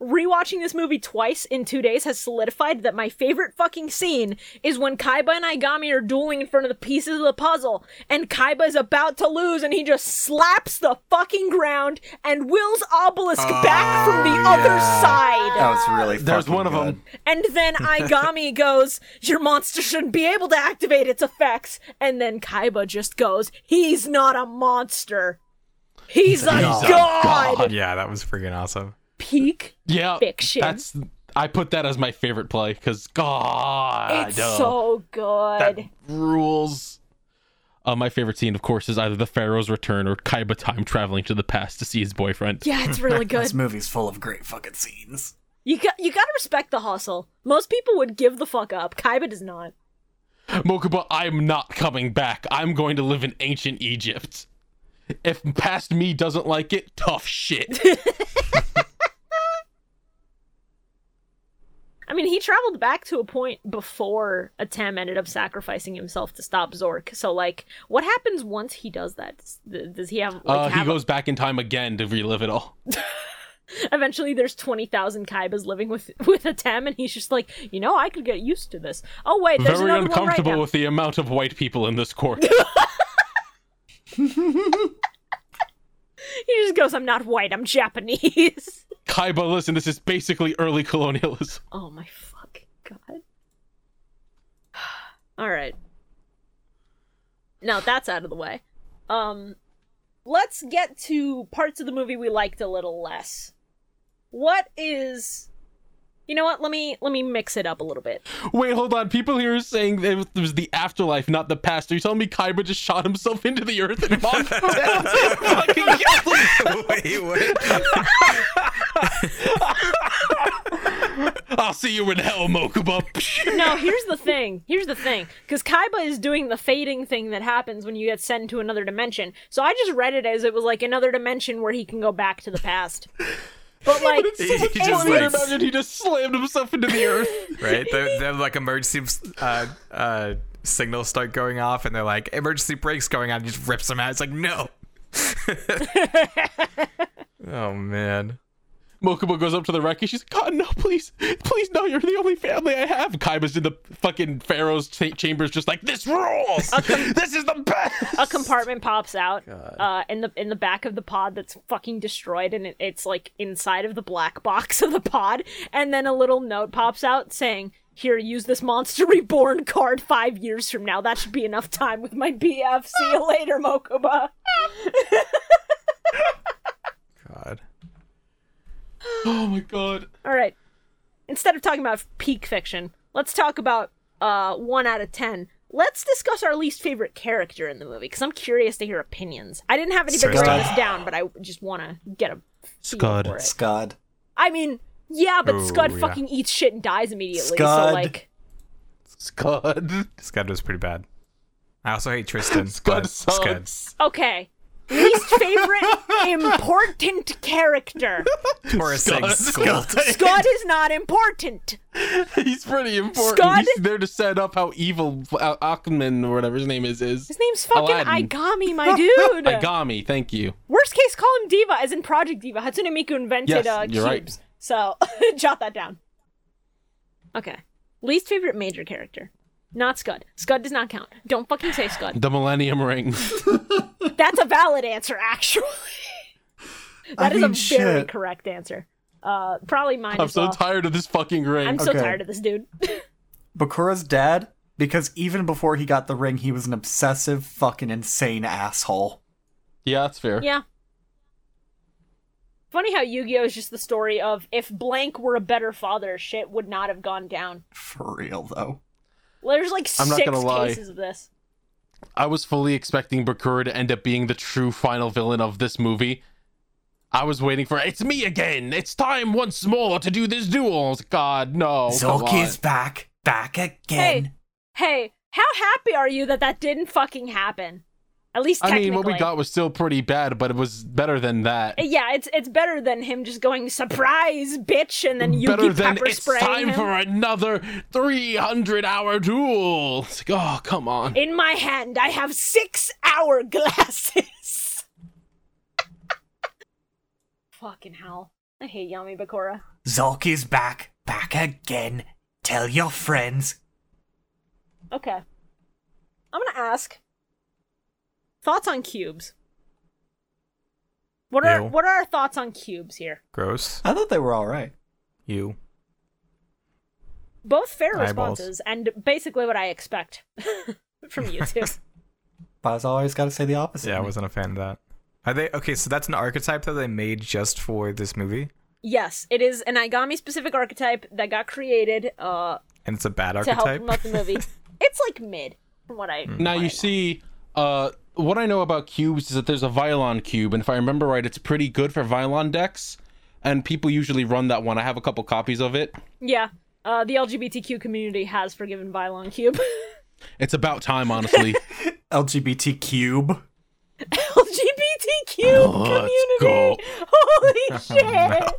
Speaker 1: rewatching this movie twice in 2 days has solidified that my favorite fucking scene is when Kaiba and Igami are dueling in front of the pieces of the puzzle and Kaiba is about to lose and he just slaps the fucking ground and wills Obelisk
Speaker 5: Ah,
Speaker 1: back from the other side.
Speaker 2: That was really
Speaker 5: There's
Speaker 2: fucking
Speaker 5: one of
Speaker 2: good.
Speaker 5: 'em.
Speaker 1: And then Igami goes, Your monster shouldn't be able to activate its effects. And then Kaiba just goes, He's not a monster. He's a,
Speaker 5: a
Speaker 1: god.
Speaker 5: god.
Speaker 4: Yeah, that was freaking awesome.
Speaker 1: Peak.
Speaker 5: yeah,
Speaker 1: Fiction.
Speaker 5: that's. I put that as my favorite play because God,
Speaker 1: It's
Speaker 5: uh,
Speaker 1: so
Speaker 5: that
Speaker 1: good.
Speaker 5: rules. Uh, my favorite scene, of course, is either the Pharaoh's return or Kaiba time traveling to the past to see his boyfriend.
Speaker 1: Yeah, it's really good.
Speaker 2: This movie's full of great fucking scenes.
Speaker 1: You got you gotta respect the hustle. Most people would give the fuck up. Kaiba does not.
Speaker 5: Mokuba, I'm not coming back. I'm going to live in ancient Egypt. If past me doesn't like it, tough shit.
Speaker 1: I mean, he traveled back to a point before Atem ended up sacrificing himself to stop Zork. So, like, what happens once he does that? Does, does he have? Like,
Speaker 5: uh, he
Speaker 1: have a-
Speaker 5: goes back in time again to relive it all.
Speaker 1: eventually there's 20,000 Kaibas living with with a Tem and he's just like, "You know, I could get used to this." Oh wait, there's
Speaker 5: Very
Speaker 1: another one right
Speaker 5: uncomfortable
Speaker 1: now.
Speaker 5: with the amount of white people in this court.
Speaker 1: He just goes, "I'm not white, I'm Japanese."
Speaker 5: Kaiba, listen, this is basically early colonialism.
Speaker 1: oh my fuck god. All right. Now that's out of the way. Um let's get to parts of the movie we liked a little less. What is You know what? Let me let me mix it up a little bit.
Speaker 5: Wait, hold on. People here are saying that it was the afterlife, not the past. Are you telling me Kaiba just shot himself into the earth and mocked him down? Fucking killed him?
Speaker 4: Wait, what?
Speaker 5: I'll see you in hell, Mokuba.
Speaker 1: No, here's the thing. Here's the thing. Because Kaiba is doing the fading thing that happens when you get sent to another dimension. So I just read it as it was like another dimension where he can go back to the past. But like,
Speaker 4: He, he
Speaker 5: I
Speaker 4: just
Speaker 5: don't even
Speaker 4: like
Speaker 5: imagine he just slammed himself into the earth.
Speaker 4: right. The, the like emergency uh, uh, signals start going off, and they're like emergency brakes going on. He just rips them out. It's like no. oh man.
Speaker 5: Mokuba goes up to the wreck and she's like, God, no, please, please, no, you're the only family I have. Kaiba's in the fucking Pharaoh's ta- chambers, just like, this rules! this is the best!
Speaker 1: a compartment pops out uh, in the in the back of the pod that's fucking destroyed, and it, it's like inside of the black box of the pod. And then a little note pops out saying, "Here, use this monster reborn card five years from now. That should be enough time with my BF. See you later, Mokuba."
Speaker 4: God.
Speaker 5: oh my god.
Speaker 1: All right. Instead of talking about peak fiction, let's talk about uh, one out of ten. Let's discuss our least favorite character in the movie because I'm curious to hear opinions. I didn't have anybody write
Speaker 2: Scud.
Speaker 1: this down, but I just want to get a feel
Speaker 5: Scud.
Speaker 1: for it.
Speaker 2: Scud.
Speaker 1: I mean, yeah, but
Speaker 4: Ooh,
Speaker 1: Scud
Speaker 4: yeah.
Speaker 1: fucking eats shit and dies immediately. So
Speaker 2: Scud.
Speaker 1: like,
Speaker 5: Scud.
Speaker 4: Scud was pretty bad. I also hate Tristan.
Speaker 5: Scud
Speaker 4: but
Speaker 5: sucks.
Speaker 1: okay, least favorite important character.
Speaker 4: Scud. Taurus
Speaker 5: Scud.
Speaker 4: sings Scud.
Speaker 1: Scud is not important.
Speaker 5: He's pretty important.
Speaker 1: Scud?
Speaker 5: He's there to set up how evil uh, Ackman or whatever his name is is.
Speaker 1: His name's fucking
Speaker 5: Aladdin.
Speaker 1: Igami, my dude.
Speaker 5: Igami, thank you.
Speaker 1: Worst case, call him Diva, as in Project Diva. Hatsune Miku invented
Speaker 5: Yes,
Speaker 1: uh,
Speaker 5: you're right.
Speaker 1: cubes. So jot that down. Okay. Least favorite major character. Not Scud. Scud does not count. Don't fucking say Scud.
Speaker 5: The Millennium Ring.
Speaker 1: That's a valid answer, actually.
Speaker 2: I
Speaker 1: That is
Speaker 2: mean,
Speaker 1: a very
Speaker 2: shit.
Speaker 1: correct answer. Uh, probably mine
Speaker 5: I'm
Speaker 1: as
Speaker 5: so
Speaker 1: well.
Speaker 5: tired of this fucking ring.
Speaker 1: I'm so
Speaker 2: Okay.
Speaker 1: tired of this dude.
Speaker 2: Bakura's dad, because even before he got the ring, he was an obsessive, fucking insane asshole.
Speaker 5: yeah, that's fair.
Speaker 1: yeah. Funny how Yu-Gi-Oh is just the story of if blank were a better father, shit would not have gone down.
Speaker 2: For real, though.
Speaker 1: There's like
Speaker 5: I'm not
Speaker 1: 6
Speaker 5: gonna lie.
Speaker 1: cases of this.
Speaker 5: I was fully expecting Bakura to end up being the true final villain of this movie. I was waiting for it's me again. It's time once more to do this duel. I was like, God no.
Speaker 4: Oh,
Speaker 5: come
Speaker 2: Zulky's back, back again.
Speaker 1: Hey, how happy are you that that didn't fucking happen? At least
Speaker 5: on. I
Speaker 1: technically. Uh,
Speaker 5: mean, what we got was still pretty bad, but it was better than that.
Speaker 1: Yeah, it's it's better than him just going surprise, bitch, and then you
Speaker 5: better
Speaker 1: keep
Speaker 5: than
Speaker 1: pepper
Speaker 5: it's
Speaker 1: spraying
Speaker 5: time
Speaker 1: him.
Speaker 5: for another 300 hour duel. It's like, oh, come on.
Speaker 1: In my hand, I have six hourglasses. fucking hell! I hate Yami Bakura.
Speaker 2: Zulky's back, back again. Tell your friends.
Speaker 1: Okay, I'm gonna ask thoughts on cubes. What are
Speaker 4: Ew.
Speaker 1: what are our thoughts on cubes here?
Speaker 4: Gross.
Speaker 2: I thought they were all right.
Speaker 4: You.
Speaker 1: both fair
Speaker 4: Eyeballs.
Speaker 1: responses and basically what I expect from you two.
Speaker 2: But I always got to say the opposite.
Speaker 4: Yeah, I wasn't a fan of that. Are they okay? So that's an archetype that they made just for this movie,
Speaker 1: yes, it is an Igami specific archetype that got created uh,
Speaker 4: and it's a bad
Speaker 1: to help
Speaker 4: archetype.
Speaker 1: promote the movie. it's like mid, from what I.
Speaker 5: Now
Speaker 1: what I
Speaker 5: you see, uh, what I know about cubes is that there's a Violon cube, and if I remember right, it's pretty good for Violon decks, and people usually run that one. I have a couple copies of it.
Speaker 1: know. Yeah, uh, the LGBTQ community has forgiven Violon Cube.
Speaker 5: It's about time, honestly.
Speaker 2: LGBT cube.
Speaker 1: LGBTQ community.
Speaker 5: let's go.
Speaker 1: Holy shit!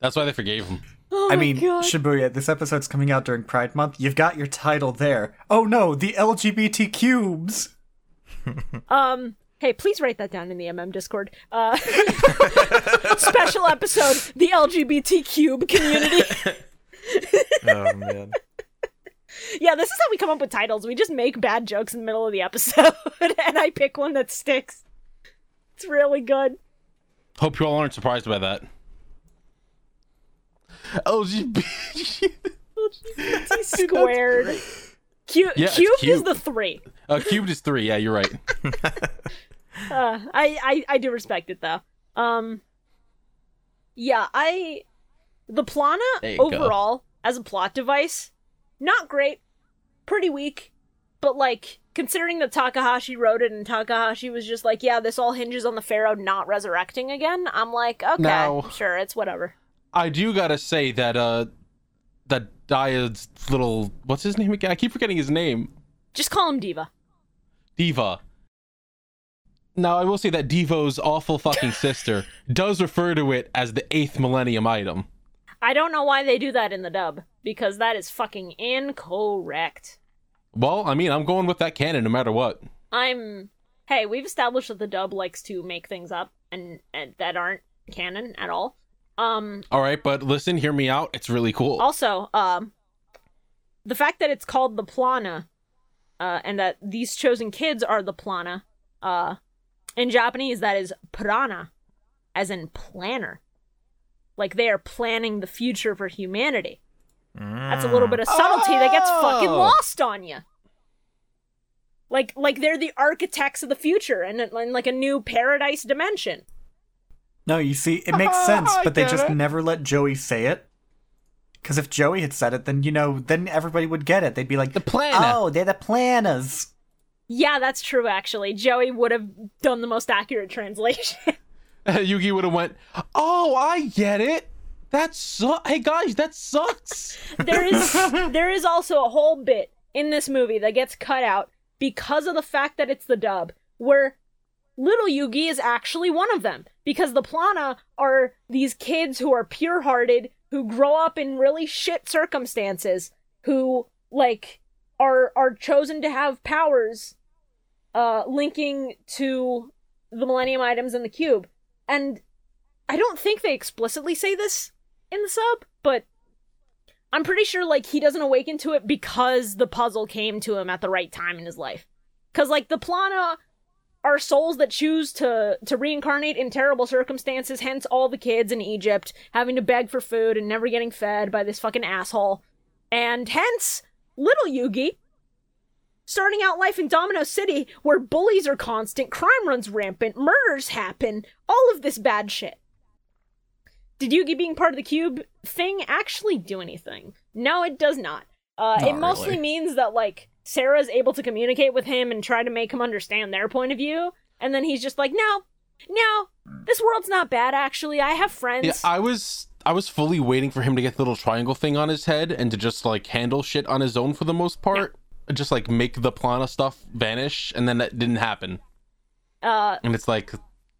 Speaker 5: That's why they forgave him.
Speaker 1: Oh
Speaker 2: I
Speaker 1: my
Speaker 2: mean,
Speaker 1: God.
Speaker 2: Shibuya, this episode's coming out during Pride Month. You've got your title there. Oh no, the LGBT cubes.
Speaker 1: Um, hey, please write that down in the MM Discord. Uh, special episode: the LGBT cube community.
Speaker 4: oh man.
Speaker 1: Yeah, this is how we come up with titles. We just make bad jokes in the middle of the episode, and I pick one that sticks. It's really good.
Speaker 5: Hope you all aren't surprised by that. LGBT.
Speaker 1: T squared. Cube,
Speaker 5: Yeah, it's
Speaker 1: cubed is
Speaker 5: cute.
Speaker 1: the three.
Speaker 5: uh, cubed is three. Yeah, you're right.
Speaker 1: Uh, I, I I do respect it though. Um, yeah, I the Plana
Speaker 5: There you go.
Speaker 1: overall as a plot device, not great, pretty weak, but like considering that Takahashi wrote it and Takahashi was just like, yeah, this all hinges on the Pharaoh not resurrecting again. I'm like, okay,
Speaker 5: Now-
Speaker 1: sure, it's whatever.
Speaker 5: I do gotta say that uh, that Daya's little what's his name again? I keep forgetting his name.
Speaker 1: Just call him Diva.
Speaker 5: Diva. Now I will say that Devo's awful fucking sister does refer to it as the eighth millennium item.
Speaker 1: I don't know why they do that in the dub because that is fucking incorrect.
Speaker 5: Well, I mean, I'm going with that canon no matter what.
Speaker 1: I'm hey, we've established that the dub likes to make things up and, and that aren't canon at all. Um
Speaker 5: All right, but listen, hear me out. It's really cool.
Speaker 1: also, um the fact that it's called the Plana uh and that these chosen kids are the Plana uh in Japanese that is prana as in planner. Like they are planning the future for humanity. That's a little bit of subtlety that gets fucking
Speaker 5: Oh.
Speaker 1: lost on you. Like like they're the architects of the future and, and like a new paradise dimension.
Speaker 2: No, you see, it makes sense, but they just never let Joey say it. Because if Joey had said it, then you know, then everybody would get it. They'd be like,
Speaker 5: The planner.
Speaker 2: Oh, they're the planners.
Speaker 1: Yeah, that's true actually. Joey would have done the most accurate translation.
Speaker 5: Yugi would have went, "Oh, I get it. That su- Hey guys, that sucks."
Speaker 1: there is there is also a whole bit in this movie that gets cut out because of the fact that it's the dub where little yugi is actually one of them because the plana are these kids who are pure-hearted who grow up in really shit circumstances who like are are chosen to have powers uh linking to the millennium items in the cube and i don't think they explicitly say this in the sub but I'm pretty sure like he doesn't awaken to it because the puzzle came to him at the right time in his life. Cause like the Plana are souls that choose to to reincarnate in terrible circumstances, hence all the kids in Egypt having to beg for food and never getting fed by this fucking asshole. And hence little Yugi starting out life in Domino City where bullies are constant, crime runs rampant, murders happen, all of this bad shit did Yugi being part of the cube thing actually do anything? No, it does not. Uh, it
Speaker 2: Not
Speaker 1: mostly
Speaker 2: really.
Speaker 1: means that like Sarah's able to communicate with him and try to make him understand their point of view, and then he's just like, no, no, this world's not bad. Actually, I have friends.
Speaker 5: yeah, I was I was fully waiting for him to get the little triangle thing on his head and to just like handle shit on his own for the most part. Just like make the Plana stuff vanish, and then that didn't happen.
Speaker 1: uh,
Speaker 5: And it's like,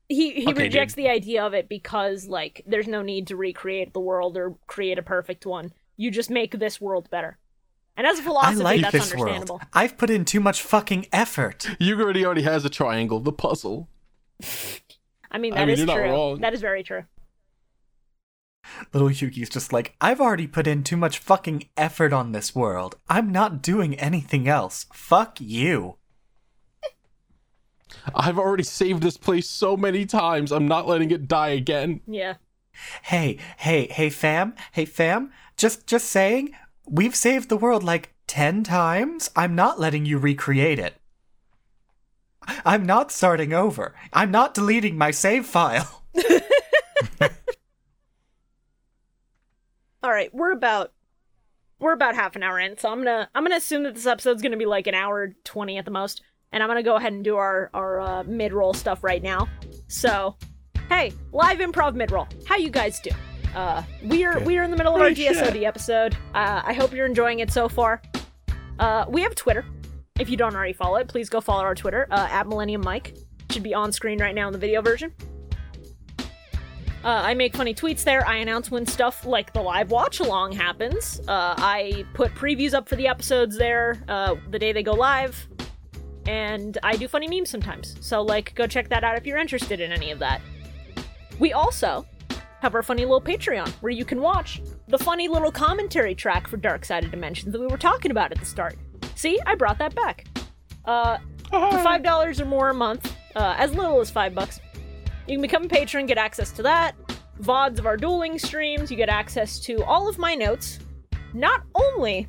Speaker 1: he he
Speaker 5: Okay,
Speaker 1: rejects the idea of it because like there's no need to recreate the world or create a perfect one. You just make this world better. And as a
Speaker 2: I
Speaker 1: philosophy,
Speaker 2: like
Speaker 1: that's
Speaker 2: this
Speaker 1: understandable.
Speaker 2: world. I've put in too much fucking effort.
Speaker 5: Yugi already already has a triangle, the puzzle.
Speaker 1: I mean,
Speaker 5: I
Speaker 1: that
Speaker 5: mean,
Speaker 1: is
Speaker 5: you're not
Speaker 1: true.
Speaker 5: wrong.
Speaker 1: That is very true.
Speaker 2: Little Yugi's just like, I've already put in too much fucking effort on this world. I'm not doing anything else. Fuck you.
Speaker 5: I've already saved this place so many times. I'm not letting it die again.
Speaker 1: Yeah.
Speaker 2: Hey, hey, hey fam, hey fam, just just saying, we've saved the world like 10 times. I'm not letting you recreate it. I'm not starting over. I'm not deleting my save file.
Speaker 1: All right, we're about we're about half an hour in, so I'm gonna I'm gonna assume that this episode's gonna be like an hour twenty at the most, and I'm gonna go ahead and do our our uh, mid roll stuff right now. So, hey, live improv mid roll, how you guys do? Uh, we are we are in the middle of our GSOD episode. Uh, I hope you're enjoying it so far. Uh, we have Twitter. If you don't already follow it, please go follow our Twitter uh, at Millennium Mike. Should be on screen right now in the video version. Uh, I make funny tweets there. I announce when stuff like the live watch along happens. Uh, I put previews up for the episodes there uh, the day they go live. And I do funny memes sometimes. So, like, go check that out if you're interested in any of that. We also have our funny little Patreon where you can watch the funny little commentary track for Dark Sided Dimensions that we were talking about at the start. See, I brought that back. Uh, for five dollars or more a month, uh, as little as five bucks, you can become a patron, get access to that, VODs of our dueling streams, you get access to all of my notes, not only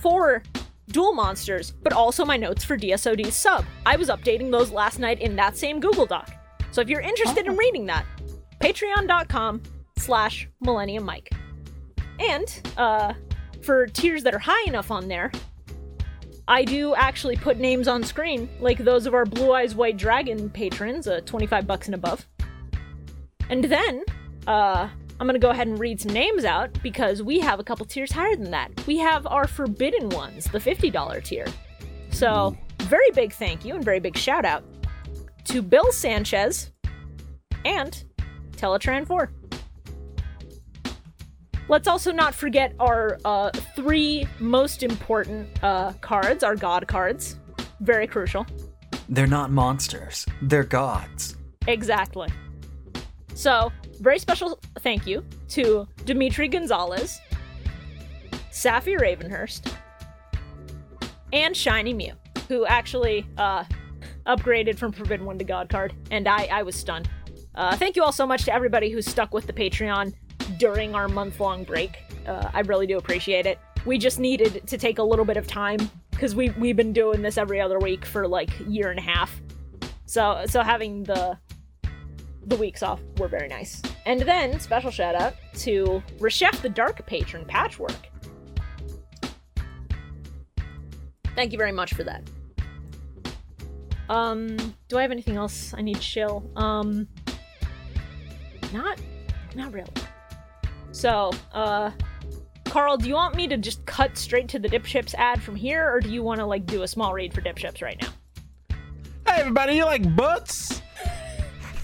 Speaker 1: for Duel Monsters, but also my notes for DSOD's sub. I was updating those last night in that same Google Doc. So if you're interested in reading that, patreon.com slash millennium mike. And uh, for tiers that are high enough on there, I do actually put names on screen, like those of our Blue Eyes White Dragon patrons, uh, 25 bucks and above. And then, uh, I'm going to go ahead and read some names out because we have a couple tiers higher than that. We have our forbidden ones, the $50 tier. So, very big thank you and very big shout out to Bill Sanchez and Teletran4. Let's also not forget our uh, three most important uh, cards, our god cards. Very crucial.
Speaker 2: They're not monsters. They're gods.
Speaker 1: Exactly. So, very special thank you to Dimitri Gonzalez, Safi Ravenhurst, and Shiny Mew, who actually uh, upgraded from Forbidden One to God card, and I, I was stunned. Uh, thank you all so much to everybody who stuck with the Patreon during our month long break. Uh, I really do appreciate it. We just needed to take a little bit of time because we we've been doing this every other week for like year and a half. So so having the the weeks off were very nice. And then special shout out to Reshef the Dark Patron Patchwork. Thank you very much for that. Um, do I have anything else I need to shill? Um, not, not really. So, uh, Carl, do you want me to just cut straight to the Dip Chips ad from here, or do you want to like do a small read for Dip Chips right now?
Speaker 5: Hey, everybody, you like butts?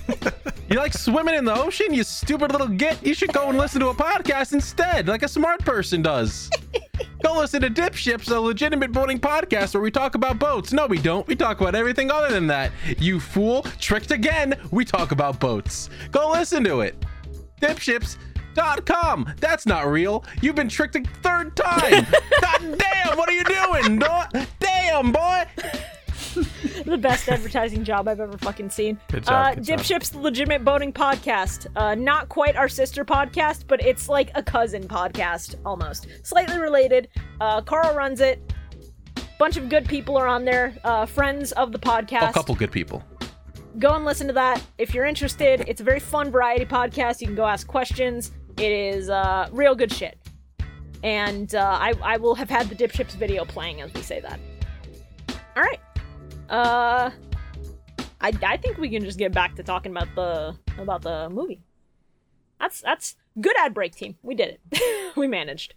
Speaker 5: you like swimming in the ocean? You stupid little git. You should go and listen to a podcast instead, like a smart person does. go listen to Dip Ships, a legitimate boating podcast where we talk about boats. No, we don't. We talk about everything other than that. You fool. Tricked again. We talk about boats. Go listen to it. Dipships.com. That's not real. You've been tricked a third time. God damn, what are you doing? No, damn, boy.
Speaker 1: the best advertising job I've ever fucking seen.
Speaker 4: Good job,
Speaker 1: uh,
Speaker 4: good job.
Speaker 1: Dipship's legitimate boating podcast. Uh, not quite our sister podcast, but it's like a cousin podcast almost. Slightly related. Uh, Carl runs it. Bunch of good people are on there. Uh, friends of the podcast.
Speaker 5: A couple good people.
Speaker 1: Go and listen to that if you're interested. It's a very fun variety podcast. You can go ask questions. It is uh, real good shit. And uh, I, I will have had the Dip Chips video playing as we say that. All right. Uh, I, I think we can just get back to talking about the about the movie. That's that's good ad break team. We did it. we managed.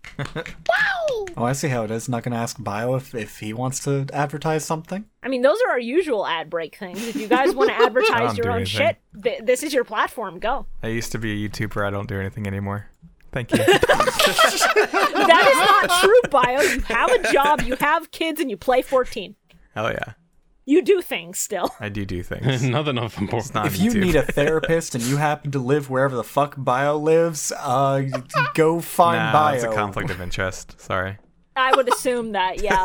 Speaker 2: Oh, I see how it is. Not gonna ask Bio if, if he wants to advertise something.
Speaker 1: I mean, those are our usual ad break things. If you guys want to advertise
Speaker 4: don't
Speaker 1: your
Speaker 4: do
Speaker 1: own
Speaker 4: anything.
Speaker 1: shit, th- this is your platform. Go.
Speaker 4: I used to be a YouTuber. I don't do anything anymore. Thank you.
Speaker 1: That is not true, Bio. You have a job, you have kids, and you play 14.
Speaker 4: Hell yeah,
Speaker 1: You do things still.
Speaker 4: I do do things.
Speaker 5: Nothing of importance.
Speaker 4: It's not
Speaker 2: If you
Speaker 4: YouTube.
Speaker 2: need a therapist and you happen to live wherever the fuck Bio lives, uh, go find
Speaker 4: nah,
Speaker 2: Bio.
Speaker 4: it's a conflict of interest. Sorry.
Speaker 1: I would assume that, yeah.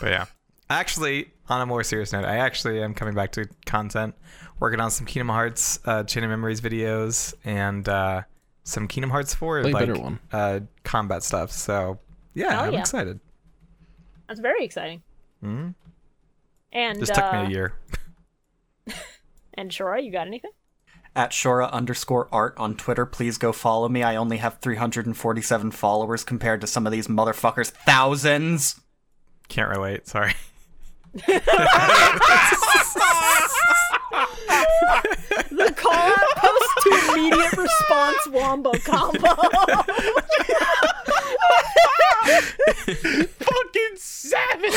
Speaker 4: But yeah. Actually, on a more serious note, I actually am coming back to content, working on some Kingdom Hearts uh, Chain of Memories videos and uh, some Kingdom Hearts 4
Speaker 5: Play
Speaker 4: like
Speaker 5: better one.
Speaker 4: Uh, combat stuff. So yeah,
Speaker 2: Oh,
Speaker 1: Hell
Speaker 4: I'm
Speaker 1: yeah.
Speaker 4: excited.
Speaker 1: That's very exciting. And
Speaker 4: Hmm? This
Speaker 1: uh,
Speaker 4: took me a year.
Speaker 1: And Shora, you got anything?
Speaker 2: At Shora underscore art on Twitter, please go follow me. I only have 347 followers compared to some of these motherfuckers' thousands.
Speaker 4: Can't relate. Sorry.
Speaker 1: The call out post to immediate response wombo combo.
Speaker 5: fucking savage.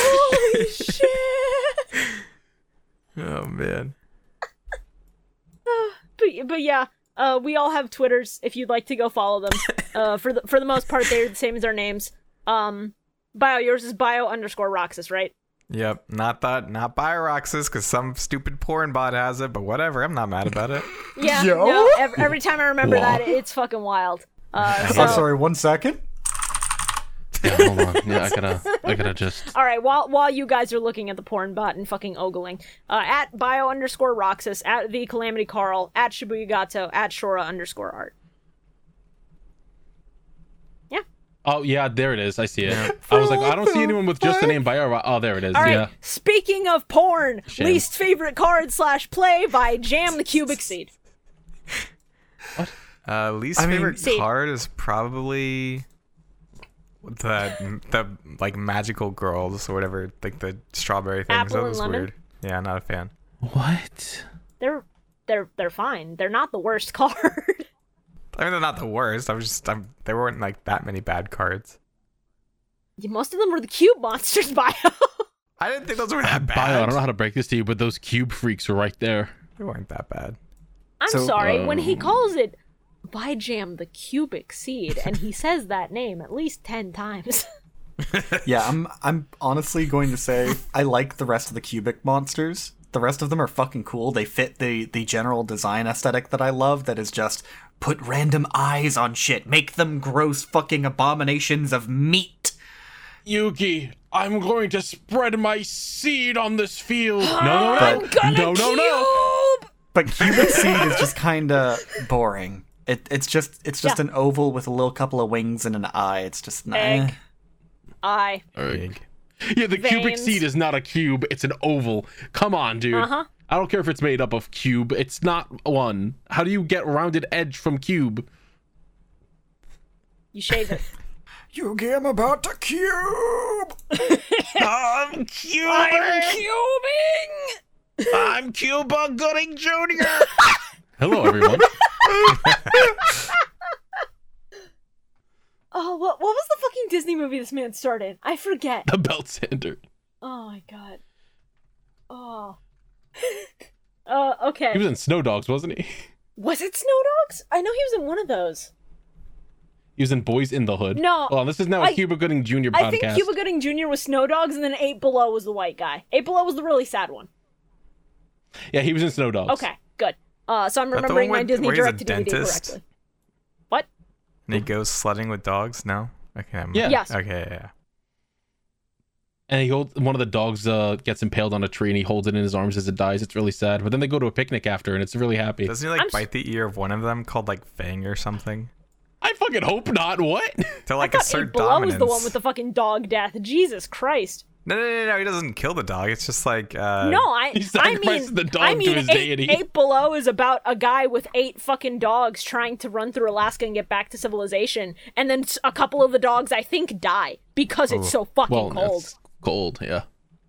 Speaker 4: Oh man.
Speaker 1: but but yeah, uh, we all have Twitters. If you'd like to go follow them, uh, for the for the most part, they're the same as our names. Um, bio yours is bio underscore Roxas, right?
Speaker 4: Yep. Not that. Not Bioroxys because some stupid porn bot has it. But whatever. I'm not mad about it.
Speaker 1: Yeah.
Speaker 2: Yo.
Speaker 1: No, ev- every time I remember
Speaker 5: Wow.
Speaker 1: that, it's fucking wild. Uh, so,
Speaker 2: Oh, sorry, one second.
Speaker 5: Yeah, hold on. Yeah, I gotta, I gotta just.
Speaker 1: All right, while while you guys are looking at the porn bot and fucking ogling, uh, at bio underscore Roxas, at the Calamity Carl, at Shibuya Gato, at Shora underscore Art. Yeah.
Speaker 5: Oh yeah, there it is. I see it. I was like, I don't see anyone with just the name Biora. Oh, there it is.
Speaker 1: All right.
Speaker 5: yeah.
Speaker 1: Speaking of porn,
Speaker 5: Shame.
Speaker 1: least favorite card slash play by Jam the Cubic Seed.
Speaker 4: Uh, least
Speaker 2: I mean-
Speaker 4: favorite
Speaker 1: See-
Speaker 4: card is probably the the like magical girls or whatever, like the strawberry things.
Speaker 1: Apple
Speaker 4: that
Speaker 1: and
Speaker 4: was
Speaker 1: lemon?
Speaker 4: weird. Yeah, not a fan.
Speaker 5: What?
Speaker 1: They're they're they're fine. They're not the worst card.
Speaker 4: I mean, they're not the worst. I'm just, I'm, there weren't like that many bad cards.
Speaker 1: Most of them were the cube monsters bio.
Speaker 4: I didn't think those were that bad.
Speaker 5: Bio, I don't know how to break this to you, but those cube freaks are right there.
Speaker 4: They weren't that bad.
Speaker 1: I'm
Speaker 2: So,
Speaker 1: sorry, when he
Speaker 5: um,
Speaker 1: calls it Bijam the cubic seed, and he says that name at least ten times.
Speaker 2: Yeah, I'm I'm honestly going to say I like the rest of the cubic monsters. The rest of them are fucking cool. They fit the the general design aesthetic that I love that is just put random eyes on shit. Make them gross fucking abominations of meat.
Speaker 5: Yuki, I'm going to spread my seed on this field. No, no, no.
Speaker 2: But-
Speaker 5: no, no, no.
Speaker 1: Cube!
Speaker 2: But cubic seed is just kind of boring. It, it's just it's just
Speaker 1: Yeah.
Speaker 2: an oval with a little couple of wings and an eye. It's just eh. nah.
Speaker 1: Egg. I.
Speaker 4: Big.
Speaker 5: Yeah, the cubic
Speaker 1: Veins.
Speaker 5: seed is not a cube, it's an oval. Come on, dude.
Speaker 1: Uh-huh.
Speaker 5: I don't care if it's made up of cube, it's not one. How do you get rounded edge from cube?
Speaker 1: You shave it.
Speaker 2: You game about the cube.
Speaker 5: I'm cube.
Speaker 1: cubing!
Speaker 5: I'm Cuba Gooding Jr. Hello, everyone.
Speaker 1: Oh, what, what was the fucking Disney movie this man started? I forget.
Speaker 5: the belt sander.
Speaker 1: Oh my god. Oh. uh, okay.
Speaker 5: He was in Snow Dogs, wasn't he?
Speaker 1: Was it Snow Dogs? I know he was in one of those.
Speaker 5: He was in Boys in the Hood.
Speaker 1: No,
Speaker 5: Well, this is now a
Speaker 1: I-
Speaker 5: Cuba Gooding Jr. podcast.
Speaker 1: I think Cuba Gooding Jr. was Snow Dogs, and then Eight Below was the white guy. Eight Below was the really sad one.
Speaker 5: Yeah, he was in Snow Dogs.
Speaker 1: Okay, good. Uh, so I'm
Speaker 4: But the
Speaker 1: remembering
Speaker 4: one
Speaker 1: my
Speaker 4: with-
Speaker 1: Disney
Speaker 4: where he's a
Speaker 1: direct to DVD
Speaker 4: dentist?
Speaker 1: correctly. What?
Speaker 4: And he goes sledding with dogs? No? Okay. I'm,
Speaker 5: Yeah.
Speaker 1: Yes.
Speaker 4: Okay, yeah, yeah.
Speaker 5: And he holds one of the dogs uh, gets impaled on a tree, and he holds it in his arms as it dies. It's really sad. But then they go to a picnic after, and it's really happy.
Speaker 4: Doesn't he like
Speaker 1: I'm s-
Speaker 4: bite the ear of one of them called like Fang or something?
Speaker 5: I fucking hope not. What?
Speaker 4: To like
Speaker 1: I thought
Speaker 4: assert
Speaker 1: Eight Below was
Speaker 4: dominance.
Speaker 1: the one with the fucking dog death. Jesus Christ!
Speaker 4: No, no, no, no. He doesn't kill the dog. It's just like uh,
Speaker 1: no, I,
Speaker 5: he
Speaker 1: I
Speaker 5: sacrifices
Speaker 1: mean,
Speaker 5: the dog
Speaker 1: I
Speaker 5: to
Speaker 1: mean,
Speaker 5: his
Speaker 1: eight,
Speaker 5: deity.
Speaker 1: Eight Below is about a guy with eight fucking dogs trying to run through Alaska and get back to civilization, and then s- a couple of the dogs I think die because it's
Speaker 4: Oh,
Speaker 1: so fucking
Speaker 5: well,
Speaker 1: cold.
Speaker 5: that's cold. Yeah.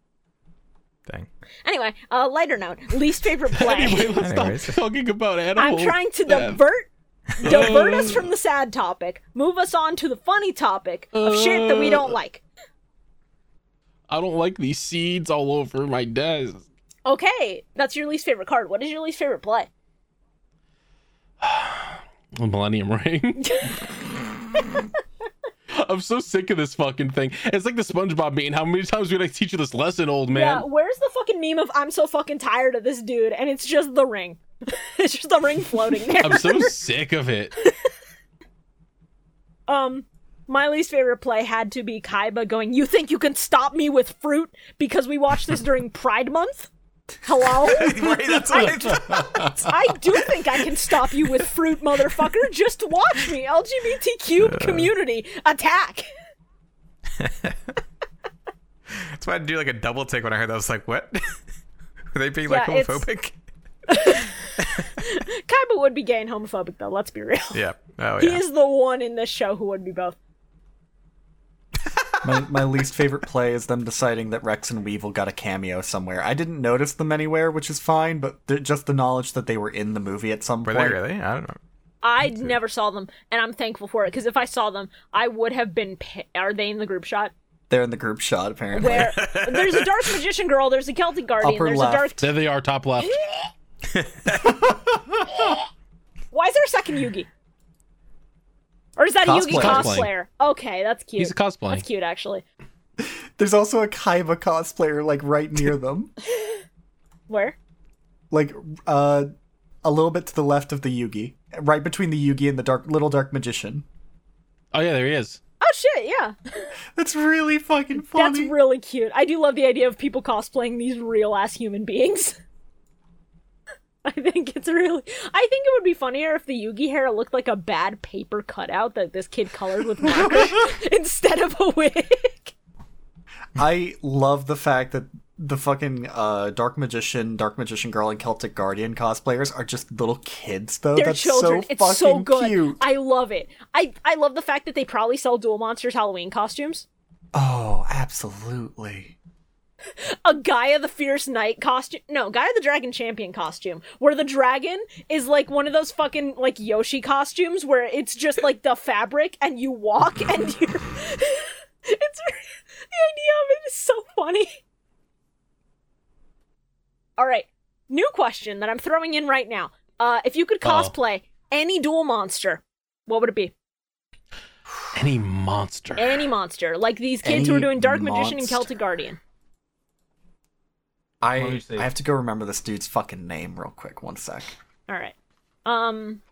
Speaker 4: Thing.
Speaker 1: Anyway, uh, lighter note. Least favorite play.
Speaker 5: Anyway, let's
Speaker 4: Anyways.
Speaker 5: stop talking about
Speaker 1: I'm
Speaker 5: animals.
Speaker 1: trying to
Speaker 5: Yeah. Uh.
Speaker 1: divert divert us from the sad topic, move us on to the funny topic of shit that we
Speaker 5: Uh.
Speaker 1: don't like.
Speaker 5: I don't like these seeds all over my desk.
Speaker 1: Okay, that's your least favorite card. What is your least favorite play?
Speaker 5: A Millennium Ring. I'm so sick of this fucking thing. It's like the SpongeBob meme. How many times we like teach you this lesson, old man?
Speaker 1: Yeah, where's the fucking meme of I'm so fucking tired of this dude and it's just the ring. it's just the ring floating there.
Speaker 5: I'm so sick of it.
Speaker 1: Um my least favorite play had to be Kaiba going, "You think you can stop me with fruit because we watched this during Pride month?" Hello?
Speaker 4: Wait, that's what I thought.
Speaker 1: I do think I can stop you with fruit, motherfucker. Just watch me. LGBTQ community attack.
Speaker 4: That's why I had to do like a double take when I heard that. I was like, what? Were they being like
Speaker 1: Yeah, it's-
Speaker 4: homophobic?
Speaker 1: Kaiba would be gay and homophobic, though. Let's be real.
Speaker 4: Yeah. Oh,
Speaker 1: He
Speaker 4: yeah.
Speaker 1: is the one in this show who would be both.
Speaker 2: my, my least favorite play is them deciding that Rex and Weevil got a cameo somewhere. I didn't notice them anywhere, which is fine, but th- just the knowledge that they were in the movie at some
Speaker 4: Were they
Speaker 2: point.
Speaker 4: really? I don't know.
Speaker 1: I never saw them, and I'm thankful for it because if I saw them, I would have been. Pi- Are they in the group shot?
Speaker 2: They're in the group shot, apparently.
Speaker 1: Where there's a dark magician girl, there's a Celtic guardian,
Speaker 2: Upper
Speaker 1: there's a dark.
Speaker 5: There they are, top left.
Speaker 1: Why is there a second Yugi? Or is that a Yugi
Speaker 2: Cosplayer.
Speaker 1: cosplayer? Okay, that's cute.
Speaker 5: He's cosplaying.
Speaker 1: That's cute, actually.
Speaker 2: There's also a Kaiba cosplayer, like, right near them.
Speaker 1: Where?
Speaker 2: like, uh, a little bit to the left of the Yugi. Right between the Yugi and the dark little dark magician.
Speaker 5: Oh yeah, there he is.
Speaker 1: Oh shit! Yeah.
Speaker 2: That's really fucking
Speaker 1: That's
Speaker 2: funny.
Speaker 1: really cute. I do love the idea of people cosplaying these real ass human beings. I think it's really. I think it would be funnier if the Yugi hair looked like a bad paper cutout that this kid colored with marker instead of a wig.
Speaker 2: I love the fact that the fucking uh, dark magician, dark magician girl, and Celtic guardian cosplayers are just little kids, though.
Speaker 1: They're
Speaker 2: That's
Speaker 1: children.
Speaker 2: so fucking
Speaker 1: it's so good.
Speaker 2: cute.
Speaker 1: I love it. I I love the fact that they probably sell Duel Monsters Halloween costumes.
Speaker 2: Oh, absolutely.
Speaker 1: a Gaia the Fierce Knight costume. No, Gaia the Dragon Champion costume, where the dragon is like one of those fucking like Yoshi costumes where it's just like the fabric and you walk and you're. it's the idea of it is so funny. All right, new question that I'm throwing in right now. Uh, if you could cosplay any dual monster, what would it be?
Speaker 5: Any monster.
Speaker 1: Any monster, like these kids who are
Speaker 2: Any
Speaker 1: doing Dark Magician and
Speaker 2: monster.
Speaker 1: Celtic Guardian.
Speaker 5: Let me
Speaker 2: I
Speaker 5: see.
Speaker 2: I have to go remember this dude's fucking name real quick. One sec.
Speaker 1: All right. Um,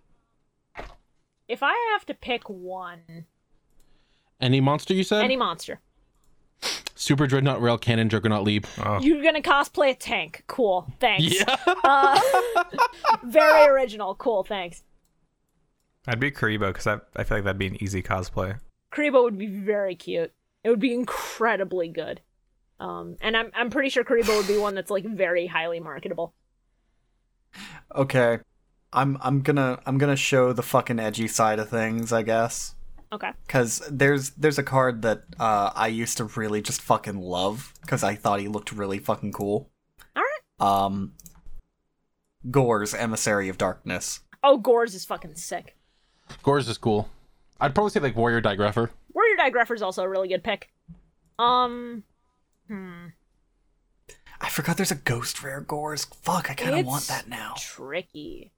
Speaker 1: if I have to pick one,
Speaker 5: Any monster you said?
Speaker 1: any monster,
Speaker 5: Super Dreadnought Rail Cannon Juggernaut Leap.
Speaker 1: you're gonna cosplay a tank. Cool. Thanks.
Speaker 5: Yeah.
Speaker 1: Uh, very original. Cool. Thanks.
Speaker 4: I'd be Karibo because I, I feel like that'd be an easy cosplay.
Speaker 1: Karibo would be very cute. It would be incredibly good. Um, and I'm I'm pretty sure Karibo would be one that's like very highly marketable.
Speaker 2: Okay. I'm I'm gonna I'm gonna show the fucking edgy side of things, I guess.
Speaker 1: Okay.
Speaker 2: Cause there's there's a card that uh, I used to really just fucking love because I thought he looked really fucking cool.
Speaker 1: All
Speaker 2: right. Um. Gore's emissary of darkness.
Speaker 1: Oh, Gores is fucking sick.
Speaker 5: Gores is cool. I'd probably say like Warrior Digrapher.
Speaker 1: Warrior Digrapher's also a really good pick. Um, hmm,
Speaker 2: I forgot there's a ghost rare Gore's. Fuck, I kind of want
Speaker 1: It's
Speaker 2: that now.
Speaker 1: tricky.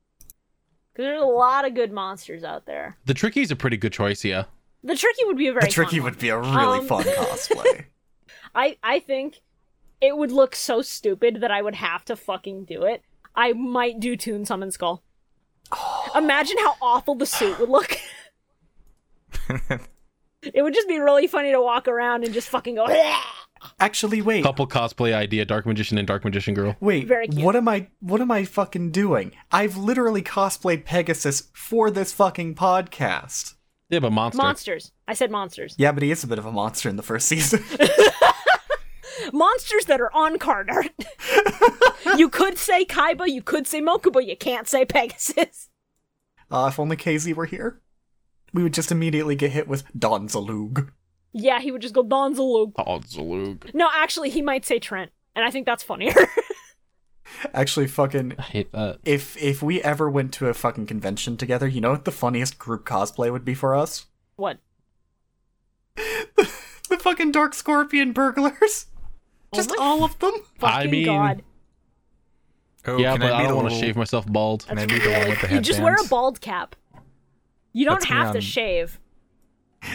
Speaker 1: Because there's a lot of good monsters out there.
Speaker 5: The Tricky's a pretty good choice, yeah.
Speaker 1: The tricky would be a very
Speaker 2: The tricky
Speaker 1: fun one.
Speaker 2: would be a really
Speaker 1: Um,
Speaker 2: fun cosplay.
Speaker 1: I I think it would look so stupid that I would have to fucking do it. I might do Toon Summon Skull. Imagine how awful the suit would look. it would just be really funny to walk around and just fucking go.
Speaker 2: Actually, wait.
Speaker 5: Couple cosplay idea, Dark Magician and Dark Magician Girl.
Speaker 2: Wait,
Speaker 1: Very cute.
Speaker 2: what am I what am I fucking doing? I've literally cosplayed Pegasus for this fucking podcast.
Speaker 5: Yeah, but monster.
Speaker 1: Monsters. I said monsters.
Speaker 2: Yeah, but he is a bit of a monster in the first season.
Speaker 1: Monsters that are on card art. you could say Kaiba, you could say Mokuba, you can't say Pegasus.
Speaker 2: uh, if only KZ were here, we would just immediately get hit with Don Zalug.
Speaker 1: Yeah, he would just go Donzalug.
Speaker 5: Oh, Zalug.
Speaker 1: No, actually, he might say Trent, and I think that's funnier.
Speaker 2: Actually, fucking
Speaker 5: I hate that.
Speaker 2: if if we ever went to a fucking convention together, you know what the funniest group cosplay would be for us?
Speaker 1: what?
Speaker 2: The fucking Dark Scorpion burglars. Just
Speaker 1: my
Speaker 2: all of them.
Speaker 5: I
Speaker 1: Fucking
Speaker 5: mean-
Speaker 1: God.
Speaker 4: Oh,
Speaker 5: yeah,
Speaker 4: can
Speaker 5: but
Speaker 4: I,
Speaker 5: I,
Speaker 4: be
Speaker 5: don't
Speaker 4: the
Speaker 5: want to
Speaker 4: little-
Speaker 5: shave myself bald.
Speaker 4: Can I be the one with the
Speaker 1: You just wear a
Speaker 4: headbands?
Speaker 1: bald cap. You don't
Speaker 4: That's me
Speaker 1: have to
Speaker 4: on-
Speaker 1: shave.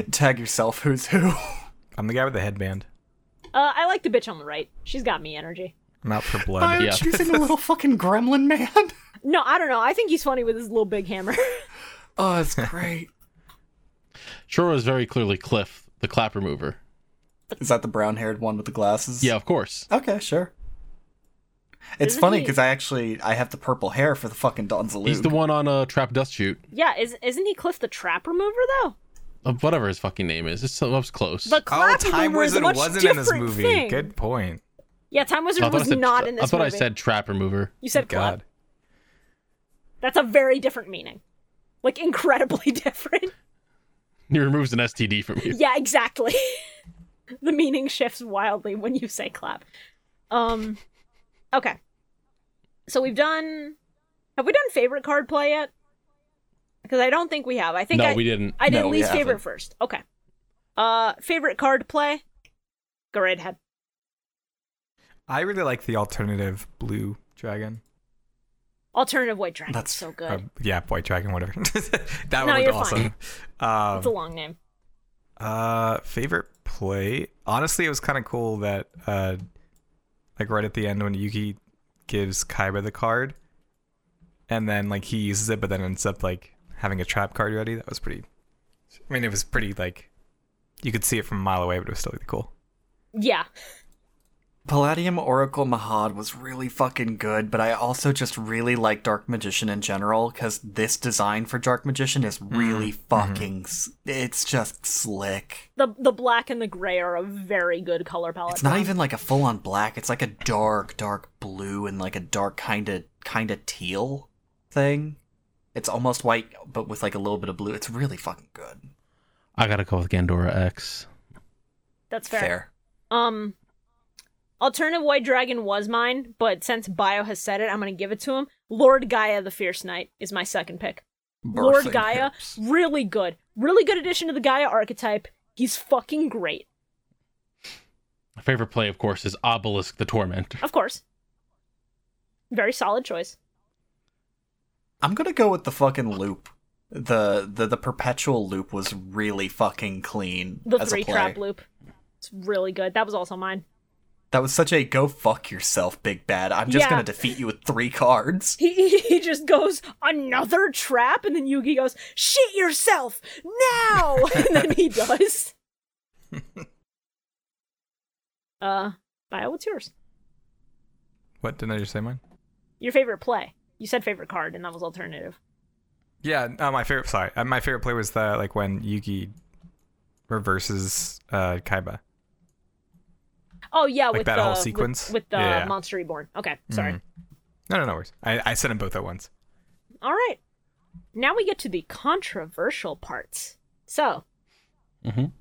Speaker 2: Tag yourself who's who.
Speaker 4: I'm the guy with the headband.
Speaker 1: Uh, I like the bitch on the right. She's got me energy.
Speaker 4: I'm out for
Speaker 2: I'm
Speaker 4: blood.
Speaker 5: yeah.
Speaker 2: choosing a little fucking gremlin man.
Speaker 1: No, I don't know. I think he's funny with his little big hammer.
Speaker 2: Oh, it's great.
Speaker 5: Shoro is very clearly Cliff, the clap remover.
Speaker 2: Is that the brown haired one with the glasses?
Speaker 5: Yeah, of course.
Speaker 2: Okay, sure. It's
Speaker 1: Isn't
Speaker 2: funny
Speaker 1: he-
Speaker 2: because I actually I have the purple hair for the fucking Don Zalug.
Speaker 5: He's the one on uh, Trap Dust Shoot.
Speaker 1: yeah, is, isn't he Cliff the Trap Remover though?
Speaker 5: Uh, whatever his fucking name is. It's so up close.
Speaker 1: The
Speaker 4: Oh,
Speaker 1: Clap
Speaker 4: Time
Speaker 1: Remover is a
Speaker 4: Wizard
Speaker 1: much
Speaker 4: wasn't in
Speaker 1: different
Speaker 4: this movie.
Speaker 1: thing.
Speaker 4: Good point.
Speaker 1: Yeah, Time Wizard
Speaker 5: I thought I
Speaker 1: was
Speaker 5: said-
Speaker 1: not in this
Speaker 5: I thought
Speaker 1: movie.
Speaker 5: I said trap remover.
Speaker 1: you said Clap.
Speaker 4: God.
Speaker 1: That's a very different meaning. Like incredibly different.
Speaker 5: He removes an STD from you.
Speaker 1: yeah, exactly. the meaning shifts wildly when you say clap. Um okay. So we've done have we done favorite card play yet? Because I don't think we have. I think
Speaker 5: No,
Speaker 1: I,
Speaker 5: we didn't.
Speaker 1: I did
Speaker 2: No, we
Speaker 1: least favorite
Speaker 2: haven't.
Speaker 1: first. Okay. Uh favorite card play? Go right ahead.
Speaker 4: I really like the alternative blue dragon.
Speaker 1: Alternative white dragon. That's so
Speaker 2: That's-
Speaker 1: good.
Speaker 4: Uh, yeah, white dragon, whatever. that
Speaker 1: No,
Speaker 4: one
Speaker 1: you're
Speaker 4: looked awesome. Um,
Speaker 1: it's a long name.
Speaker 4: Uh, favorite play. Honestly, it was kind of cool that uh, like right at the end when Yuki gives Kaiba the card, and then like he uses it, but then ends up like having a trap card ready. That was pretty. I mean, it was pretty like you could see it from a mile away, but it was still really cool.
Speaker 1: Yeah.
Speaker 2: Palladium Oracle Mahad was really fucking good, but I also just really like Dark Magician in general because this design for Dark Magician is really fucking. s It's just slick.
Speaker 1: The the black and the gray are a very good color palette.
Speaker 2: It's not even like a full on black. It's like a dark, dark blue and like a dark kind of kind of teal thing. It's almost white, but with like a little bit of blue. It's really fucking good.
Speaker 5: I gotta go with Gandora X.
Speaker 1: That's fair. Um Alternative White Dragon was mine, but since Bio has said it, I'm going to give it to him. Lord Gaia the Fierce Knight is my second pick. Lord
Speaker 2: Barfing
Speaker 1: Gaia,
Speaker 2: hips.
Speaker 1: really good. Really good addition to the Gaia archetype. He's fucking great.
Speaker 5: My favorite play, of course, is Obelisk the Tormentor.
Speaker 1: Of course. Very solid choice.
Speaker 2: I'm gonna go with the fucking loop. The the the perpetual loop was really fucking clean.
Speaker 1: The
Speaker 2: as a
Speaker 1: three
Speaker 2: play.
Speaker 1: trap loop. It's really good. That was also mine.
Speaker 2: That was such a go fuck yourself, big bad. I'm just
Speaker 1: Yeah.
Speaker 2: gonna defeat you with three cards.
Speaker 1: He, he, he just goes, another trap? And then Yugi goes, shit yourself now! and then he does. uh, Bio, what's yours?
Speaker 4: What didn't I just say mine?
Speaker 1: Your favorite play. You said favorite card, and that was alternative.
Speaker 4: Yeah, no, my favorite. Sorry, uh, my favorite play was the like when Yugi reverses uh, Kaiba.
Speaker 1: Oh, yeah,
Speaker 4: Like
Speaker 1: with
Speaker 4: that
Speaker 1: the,
Speaker 4: whole
Speaker 1: with-
Speaker 4: sequence?
Speaker 1: With, the
Speaker 4: Yeah, Mm-hmm. yeah.
Speaker 1: Monster Reborn. Okay, sorry.
Speaker 4: No, no, no worries. I, I said them both at once.
Speaker 1: All right. Now we get to the controversial parts. So,
Speaker 5: Mhm.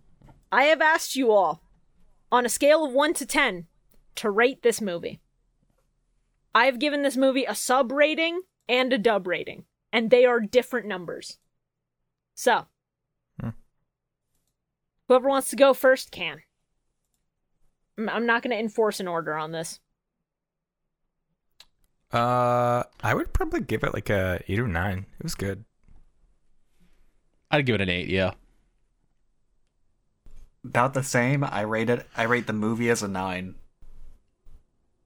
Speaker 1: I have asked you all, on a scale of 1 to 10, to rate this movie. I have given this movie a sub rating and a dub rating, and they are different numbers. So,
Speaker 4: Hmm.
Speaker 1: whoever wants to go first can. I'm- I'm not going to enforce an order on this.
Speaker 4: Uh, I would probably give it like a eight or nine. It was good.
Speaker 5: I'd give it an eight, yeah.
Speaker 2: About the same. I rate it. I rate the movie as a nine.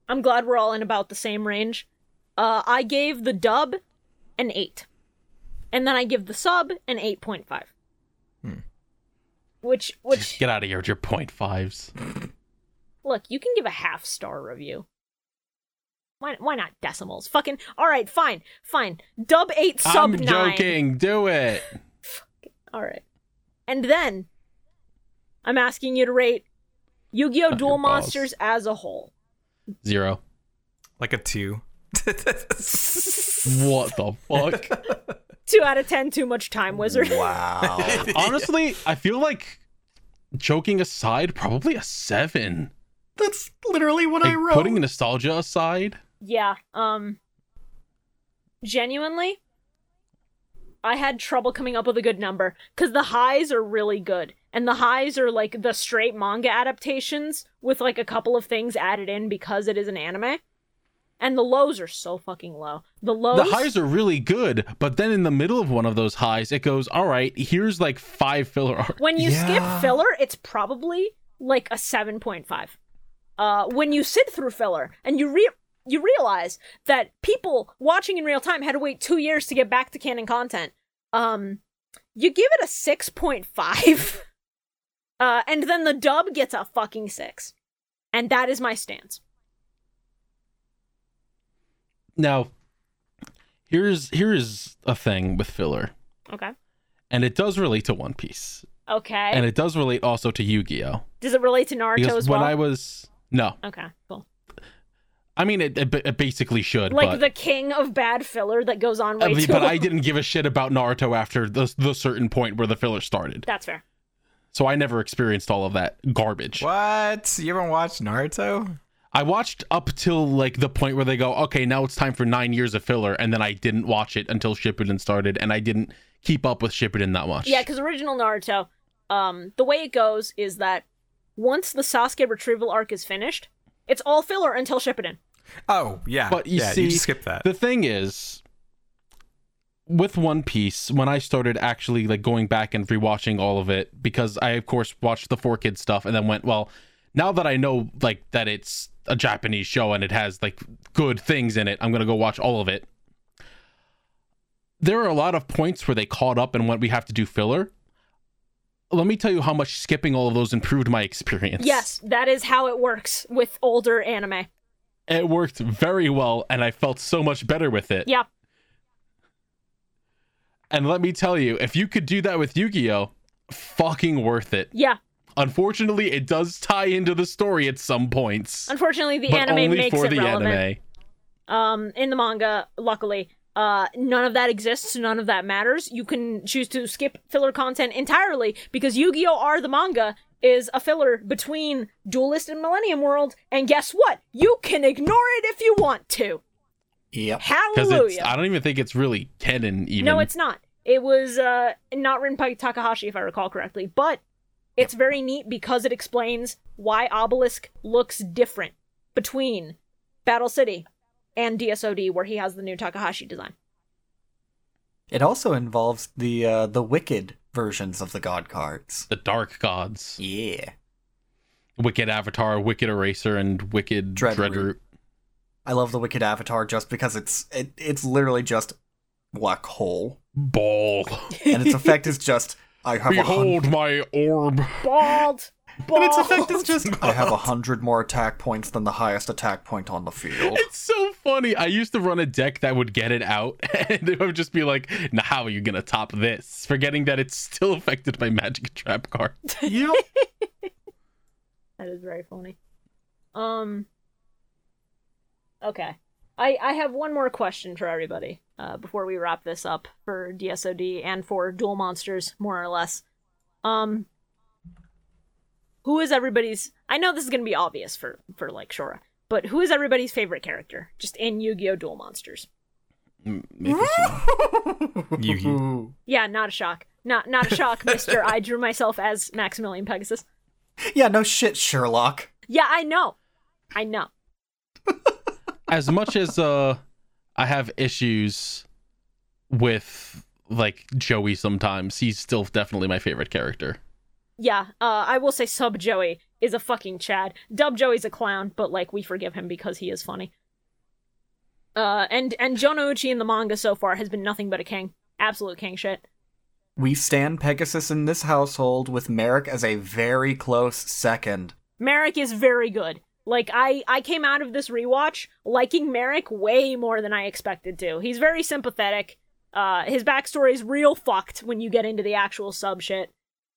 Speaker 1: I'm glad we're all in about the same range. Uh, I gave the dub an 8. And then I give the sub an 8.5. Which, which,
Speaker 5: Get out of here with your point fives.
Speaker 1: look, you can give a half star review. Why, why not decimals? Fucking, alright, fine, fine. Dub 8, sub
Speaker 5: I'm
Speaker 1: 9.
Speaker 5: joking. Do it.
Speaker 1: Alright. And then, I'm asking you to rate Yu Gi Oh!
Speaker 5: Not
Speaker 1: Duel
Speaker 5: your balls.
Speaker 1: Monsters as a whole.
Speaker 5: Zero.
Speaker 4: Like a two.
Speaker 5: What the fuck?
Speaker 1: 2 out of 10, too much time, wizard.
Speaker 2: Wow.
Speaker 5: Honestly, I feel like joking aside, probably a seven.
Speaker 2: That's literally what I
Speaker 5: Like,
Speaker 2: wrote.
Speaker 5: putting nostalgia aside,
Speaker 1: Yeah. Um genuinely I had trouble coming up with a good number cuz the highs are really good and the highs are like the straight manga adaptations with like a couple of things added in because it is an anime. And the lows are so fucking low. The lows
Speaker 5: the highs are really good, but then in the middle of one of those highs, it goes, all right, here's like five filler arc.
Speaker 1: when you
Speaker 2: Yeah.
Speaker 1: skip filler, it's probably like a 7.5. Uh when you sit through filler and you re- you realize that people watching in real time had to wait 2 years to get back to canon content. Um you give it a 6.5. Uh and then the dub gets a fucking 6. And that is my stance.
Speaker 5: Now, here's here is a thing with filler,
Speaker 1: Okay.
Speaker 5: and it does relate to One Piece,
Speaker 1: Okay.
Speaker 5: and it does relate also to Yu-Gi-Oh.
Speaker 1: Does it relate to Naruto
Speaker 5: Because
Speaker 1: as
Speaker 5: when
Speaker 1: well?
Speaker 5: I was no,
Speaker 1: okay, cool.
Speaker 5: I mean it, it, it basically should,
Speaker 1: Like
Speaker 5: but
Speaker 1: the king of bad filler that goes on way
Speaker 5: I mean,
Speaker 1: too
Speaker 5: but I
Speaker 1: long.
Speaker 5: didn't give a shit about Naruto after the the certain point where the filler started,
Speaker 1: That's fair.
Speaker 5: so I never experienced all of that garbage.
Speaker 4: what? You haven't watched Naruto?
Speaker 5: I watched up till like the point where they go, okay, now it's time for nine years of filler, and then I didn't watch it until Shippuden started, and I didn't keep up with Shippuden that much.
Speaker 1: Yeah, because original Naruto, um, the way it goes is that once the Sasuke retrieval arc is finished, it's all filler until Shippuden.
Speaker 4: Oh yeah.
Speaker 5: But you
Speaker 4: yeah,
Speaker 5: see,
Speaker 4: you just skipped that.
Speaker 5: The thing is, with One Piece, when I started actually like going back and rewatching all of it, because I of course watched the four kids stuff and then went, well, now that I know like that it's a Japanese show and it has like good things in it, I'm gonna go watch all of it. There are a lot of points where they caught up and went, we have to do filler. Let me tell you how much skipping all of those improved my experience.
Speaker 1: Yes, that is how it works with older anime.
Speaker 5: It worked very well and I felt so much better with it.
Speaker 1: Yeah,
Speaker 5: And let me tell you, if you could do that with Yu Gi Oh, fucking worth it.
Speaker 1: yeah.
Speaker 5: Unfortunately, it does tie into the story at some points,
Speaker 1: Unfortunately, the
Speaker 5: but
Speaker 1: anime
Speaker 5: only
Speaker 1: makes
Speaker 5: for
Speaker 1: it
Speaker 5: the
Speaker 1: relevant.
Speaker 5: anime.
Speaker 1: Um, in the manga, luckily, uh, none of that exists. None of that matters. You can choose to skip filler content entirely because Yu-Gi-Oh! are the manga is a filler between Duelist and Millennium World, and guess what? You can ignore it if you want to.
Speaker 2: Yep.
Speaker 5: Because it's, I
Speaker 1: Hallelujah.
Speaker 5: don't even think it's really canon. Even
Speaker 1: No, it's not. It was uh, not written by Takahashi, if I recall correctly, but it's very neat because it explains why Obelisk looks different between Battle City and DSOD, where he has the new Takahashi design.
Speaker 2: It also involves the uh, the wicked versions of the god cards.
Speaker 5: the Dark Gods,
Speaker 2: Yeah.
Speaker 5: Wicked Avatar, Wicked Eraser, and Wicked
Speaker 2: Dreadroot.
Speaker 5: Dreadroot.
Speaker 2: I love the wicked avatar just because it's it, it's literally just black hole,
Speaker 5: Ball.
Speaker 2: and its effect is just I have a hundred.
Speaker 5: Behold my orb.
Speaker 1: Bald, bald.
Speaker 2: And its effect is just I have a hundred more attack points than the highest attack point on the field.
Speaker 5: It's so funny. I used to run a deck that would get it out, and it would just be like, "Now how are you gonna top this?" Forgetting that it's still affected by Magic Trap card.
Speaker 2: yep.
Speaker 1: That is very funny. Um. Okay, I I have one more question for everybody uh, before we wrap this up for DSOD and for Dual Monsters, more or less. Um. Who is everybody's? I know this is gonna be obvious for for like Shora, but who is everybody's favorite character just in Yu-Gi-Oh! Duel Monsters?
Speaker 4: Yugi.
Speaker 1: Yeah, not a shock. Not not a shock, Mister. I drew myself as Maximilian Pegasus.
Speaker 2: Yeah, no shit, Sherlock.
Speaker 1: Yeah, I know. I know.
Speaker 5: as much as uh I have issues with like Joey sometimes, he's still definitely my favorite character.
Speaker 1: yeah, uh, I will say Sub Joey is a fucking Chad. Dub Joey's a clown, but like we forgive him because he is funny. Uh, and and Jonouchi in the manga so far has been nothing but a king, absolute king shit.
Speaker 2: We stand Pegasus in this household with Merrick as a very close second.
Speaker 1: Merrick is very good. Like I I came out of this rewatch liking Merrick way more than I expected to. He's very sympathetic. Uh, his backstory is real fucked when you get into the actual sub shit,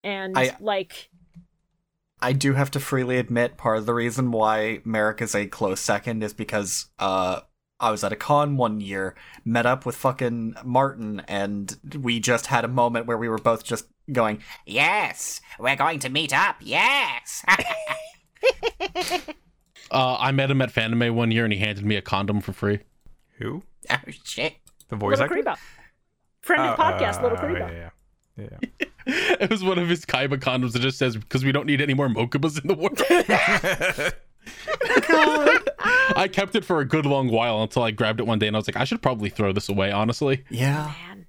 Speaker 1: and
Speaker 2: I-
Speaker 1: like
Speaker 2: I do have to freely admit part of the reason why Merrick is a close second is because uh I was at a con one year, met up with fucking Martin, and we just had a moment where we were both just going, Yes, we're going to meet up, yes.
Speaker 5: Uh I met him at Fanime one year and he handed me a condom for free.
Speaker 4: Who?
Speaker 2: oh shit.
Speaker 4: The voice
Speaker 1: little
Speaker 4: actor?
Speaker 1: Kribo, friend of the
Speaker 4: Oh,
Speaker 1: podcast, little
Speaker 4: oh,
Speaker 1: Kribo.
Speaker 4: Yeah, yeah, yeah.
Speaker 5: It was one of his Kaiba condoms that just says because we don't need any more Mokubas in the world.
Speaker 4: yeah.
Speaker 5: I kept it for a good long while until I grabbed it one day and I was like, I should probably throw this away, honestly.
Speaker 2: Yeah.
Speaker 1: Man.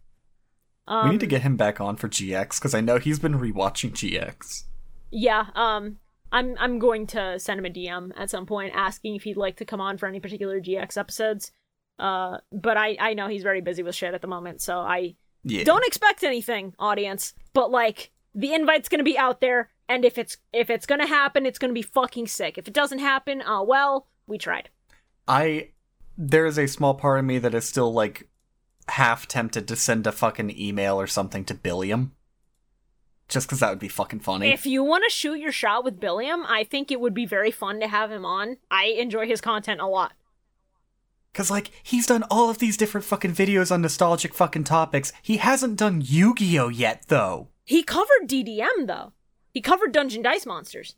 Speaker 2: we
Speaker 1: Um,
Speaker 2: need to get him back on for GX because I know he's been rewatching GX.
Speaker 1: Yeah, um I'm I'm going to send him a DM at some point asking if he'd like to come on for any particular GX episodes. Uh but I I know he's very busy with shit at the moment, so I
Speaker 2: Yeah.
Speaker 1: don't expect anything, audience, but like the invite's going to be out there and if it's if it's going to happen, it's going to be fucking sick. If it doesn't happen, uh well, we tried.
Speaker 2: I there is a small part of me that is still like half tempted to send a fucking email or something to Billiam. Just because that would be fucking funny.
Speaker 1: If you want to shoot your shot with Billiam, I think it would be very fun to have him on. I enjoy his content a lot.
Speaker 2: Because, like, he's done all of these different fucking videos on nostalgic fucking topics. He hasn't done Yu Gi Oh! yet, though.
Speaker 1: He covered DDM though. He covered Dungeon Dice Monsters.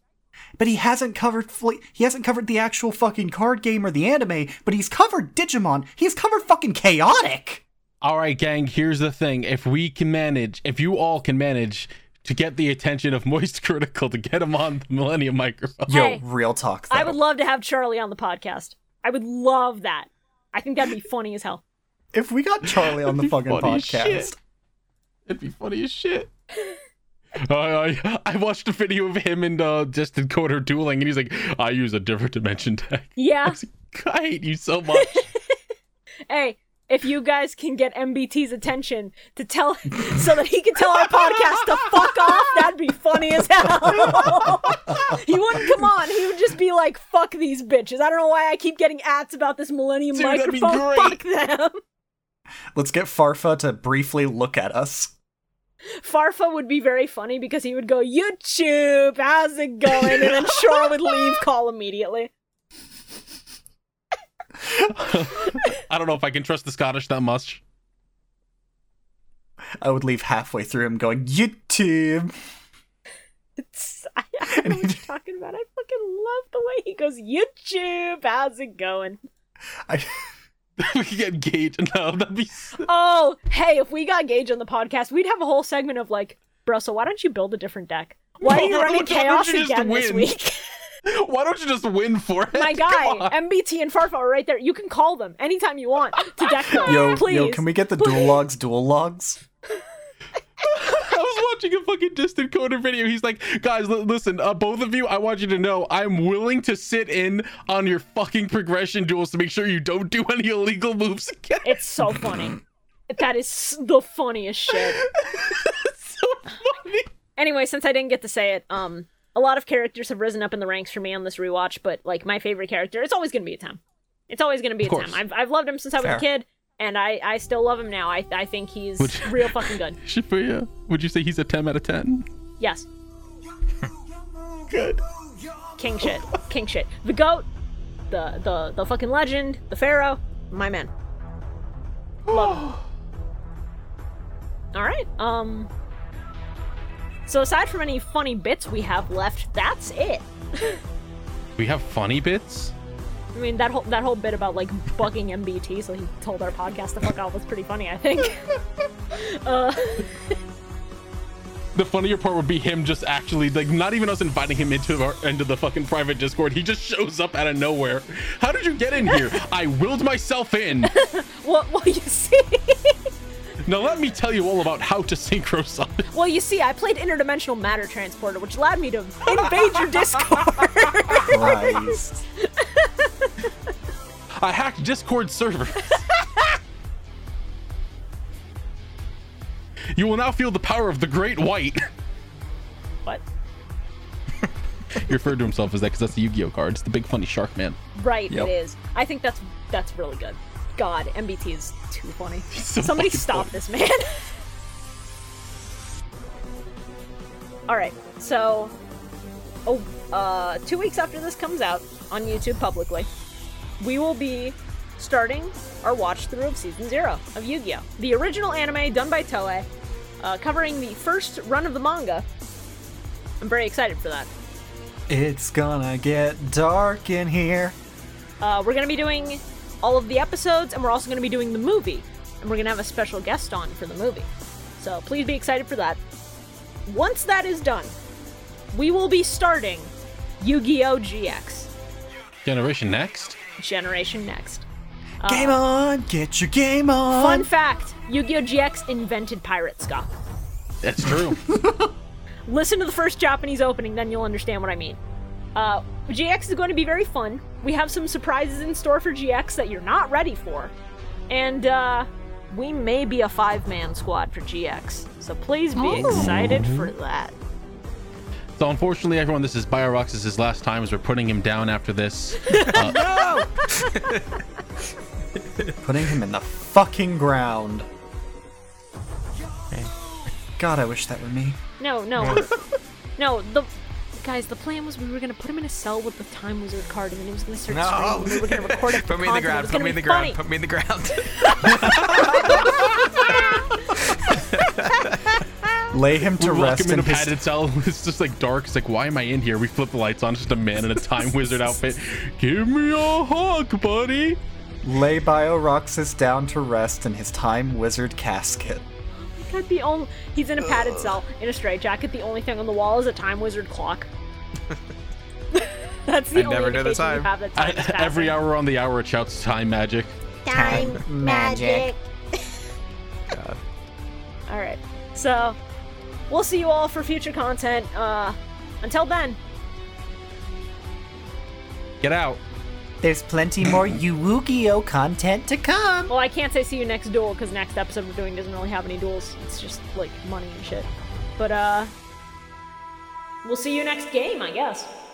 Speaker 2: But he hasn't covered fle- he hasn't covered the actual fucking card game or the anime, but he's covered Digimon. He's covered fucking Chaotic.
Speaker 5: all right, gang, here's the thing. If we can manage, if you all can manage to get the attention of Moist Critical to get him on the Millennium Microphone.
Speaker 2: Yo,
Speaker 1: Hey,
Speaker 2: real talk. Though.
Speaker 1: I would love to have Charlie on the podcast. I would love that. I think that'd be funny as hell.
Speaker 2: if we got Charlie on the fucking
Speaker 5: funny as shit.
Speaker 2: podcast.
Speaker 5: It'd be funny as shit. I, I I watched a video of him and uh, Destin Coder dueling, and he's like, "I use a different dimension deck." I
Speaker 1: Yeah.
Speaker 5: was like, "I hate you so much."
Speaker 1: Hey, if you guys can get MBT's attention to tell so that he can tell our podcast to fuck off, that'd be funny as hell. he wouldn't come on. He would just be like, fuck these bitches. I don't know why I keep getting ads about this millennium
Speaker 5: Dude, that'd be
Speaker 1: microphone. Fuck
Speaker 5: great.
Speaker 1: them.
Speaker 2: Let's get Farfa to briefly look at us.
Speaker 1: Farfa would be very funny because he would go, YouTube, how's it going? And then Shora would leave call immediately.
Speaker 5: I don't know if I can trust the Scottish that much.
Speaker 2: I would leave halfway through him going, YouTube.
Speaker 1: It's- I I don't know what you're talking about. I fucking love the way he goes, YouTube, how's it going?
Speaker 2: I,
Speaker 5: we could get Gage. No, that'd be.
Speaker 1: Oh, hey, if we got Gage on the podcast, we'd have a whole segment of like, bro, so why don't you build a different deck? Why are you
Speaker 5: Why
Speaker 1: running
Speaker 5: don't you
Speaker 1: chaos
Speaker 5: just
Speaker 1: again this
Speaker 5: win?
Speaker 1: week?
Speaker 5: Why don't you just win for it?
Speaker 1: My
Speaker 5: Come
Speaker 1: guy,
Speaker 5: on.
Speaker 1: MBT and Farfa are right there. You can call them anytime you want to deck them.
Speaker 2: yo,
Speaker 1: Please.
Speaker 2: yo, can we get the dual logs? Dual logs.
Speaker 5: I was watching a fucking distant coder video. He's like, guys, li- listen, uh, both of you, I want you to know I'm willing to sit in on your fucking progression duels to make sure you don't do any illegal moves again.
Speaker 1: It's so funny. that is the funniest shit.
Speaker 5: It's so funny.
Speaker 1: anyway, since I didn't get to say it, um, a lot of characters have risen up in the ranks for me on this rewatch, but like my favorite character, it's always gonna be a Atem. It's always gonna be a
Speaker 5: Of course.
Speaker 1: Atem. I've I've loved him since I was
Speaker 2: Fair.
Speaker 1: a kid, and I I still love him now. I I think he's
Speaker 5: Would you-
Speaker 1: real fucking good.
Speaker 5: Shifuya, would you say he's a 10 out of 10?
Speaker 1: Yes,
Speaker 5: Good.
Speaker 1: king shit, king shit. The goat, the the the fucking legend, the pharaoh, my man. Love him. All right. Um. So aside from any funny bits we have left, that's it.
Speaker 5: We have funny bits.
Speaker 1: I mean that whole that whole bit about like bugging MBT, so he told our podcast to fuck off was pretty funny. I think. uh,
Speaker 5: The funnier part would be him just actually, like, not even us inviting him into our into the fucking private Discord. He just shows up out of nowhere. How did you get in here? I willed myself in.
Speaker 1: well, well, you see,
Speaker 5: Now let me tell you all about how to synchro summon.
Speaker 1: well, you see, I played interdimensional matter transporter, which allowed me to invade your Discord.
Speaker 2: Christ.
Speaker 5: I hacked Discord servers. you will now feel the power of the Great White.
Speaker 1: what?
Speaker 5: He referred to himself as that because that's the Yu-Gi-Oh card. It's the big funny shark man.
Speaker 1: Right,
Speaker 2: Yep.
Speaker 1: it is. I think that's that's really good. God, MBT is too funny.
Speaker 5: so
Speaker 1: Somebody
Speaker 5: fucking
Speaker 1: stop
Speaker 5: funny.
Speaker 1: this man. All right, so oh, uh, two weeks after this comes out on YouTube publicly, we will be starting our watch through of season zero of Yu-Gi-Oh, the original anime done by Toei, uh, covering the first run of the manga. I'm very excited for that.
Speaker 2: It's gonna get dark in here.
Speaker 1: Uh, we're going to be doing all of the episodes, and we're also going to be doing the movie. And we're going to have a special guest on for the movie. So please be excited for that. Once that is done, we will be starting Yu Gi Oh! GX
Speaker 5: Generation Next.
Speaker 1: Generation Next.
Speaker 5: Uh.
Speaker 2: game on, get your game on.
Speaker 1: Fun fact Yu Gi Oh! GX invented Pirate Ska.
Speaker 5: That's true.
Speaker 1: listen to the first Japanese opening, then you'll understand what I mean. Uh, GX is going to be very fun. We have some surprises in store for GX that you're not ready for. And uh, we may be a five man squad for GX. So please be excited for that.
Speaker 5: so unfortunately, everyone, this is Biorox's last time as we're putting him down after this. Uh,
Speaker 2: Putting him in the fucking ground. God, I wish that were me.
Speaker 1: No, no. no, the. Guys, the plan was we were gonna put him in a cell with the time wizard card, and then he was gonna start
Speaker 4: No.
Speaker 1: screaming. and We were gonna record it. for
Speaker 4: Put me in the
Speaker 1: content. It
Speaker 4: ground.
Speaker 1: was
Speaker 4: Put
Speaker 1: gonna
Speaker 4: me in
Speaker 1: be
Speaker 4: the ground.
Speaker 1: funny.
Speaker 4: Put me in the ground.
Speaker 2: Lay him to
Speaker 5: we lock
Speaker 2: rest
Speaker 5: him in
Speaker 2: in
Speaker 5: a
Speaker 2: his
Speaker 5: padded cell. It's just like dark. It's like, why am I in here? We flip the lights on. It's just a man in a time wizard outfit. Give me a hug, buddy.
Speaker 2: lay Bioroxus down to rest in his time wizard casket.
Speaker 1: God, the only he's in a padded cell in a straitjacket. The only thing on the wall is a time wizard clock. That's the
Speaker 4: I
Speaker 1: only
Speaker 4: never knew the
Speaker 1: indication you
Speaker 4: time.
Speaker 1: have that time is
Speaker 5: I, every
Speaker 1: passing.
Speaker 5: hour on the hour, it shouts time magic.
Speaker 6: Time magic.
Speaker 1: All right, so we'll see you all for future content. Uh, until then,
Speaker 5: Get out.
Speaker 2: There's plenty more Yu-Gi-Oh content to come.
Speaker 1: well, I can't say see you next duel because next episode we're doing doesn't really have any duels. It's just like money and shit. But uh, we'll see you next game, I guess.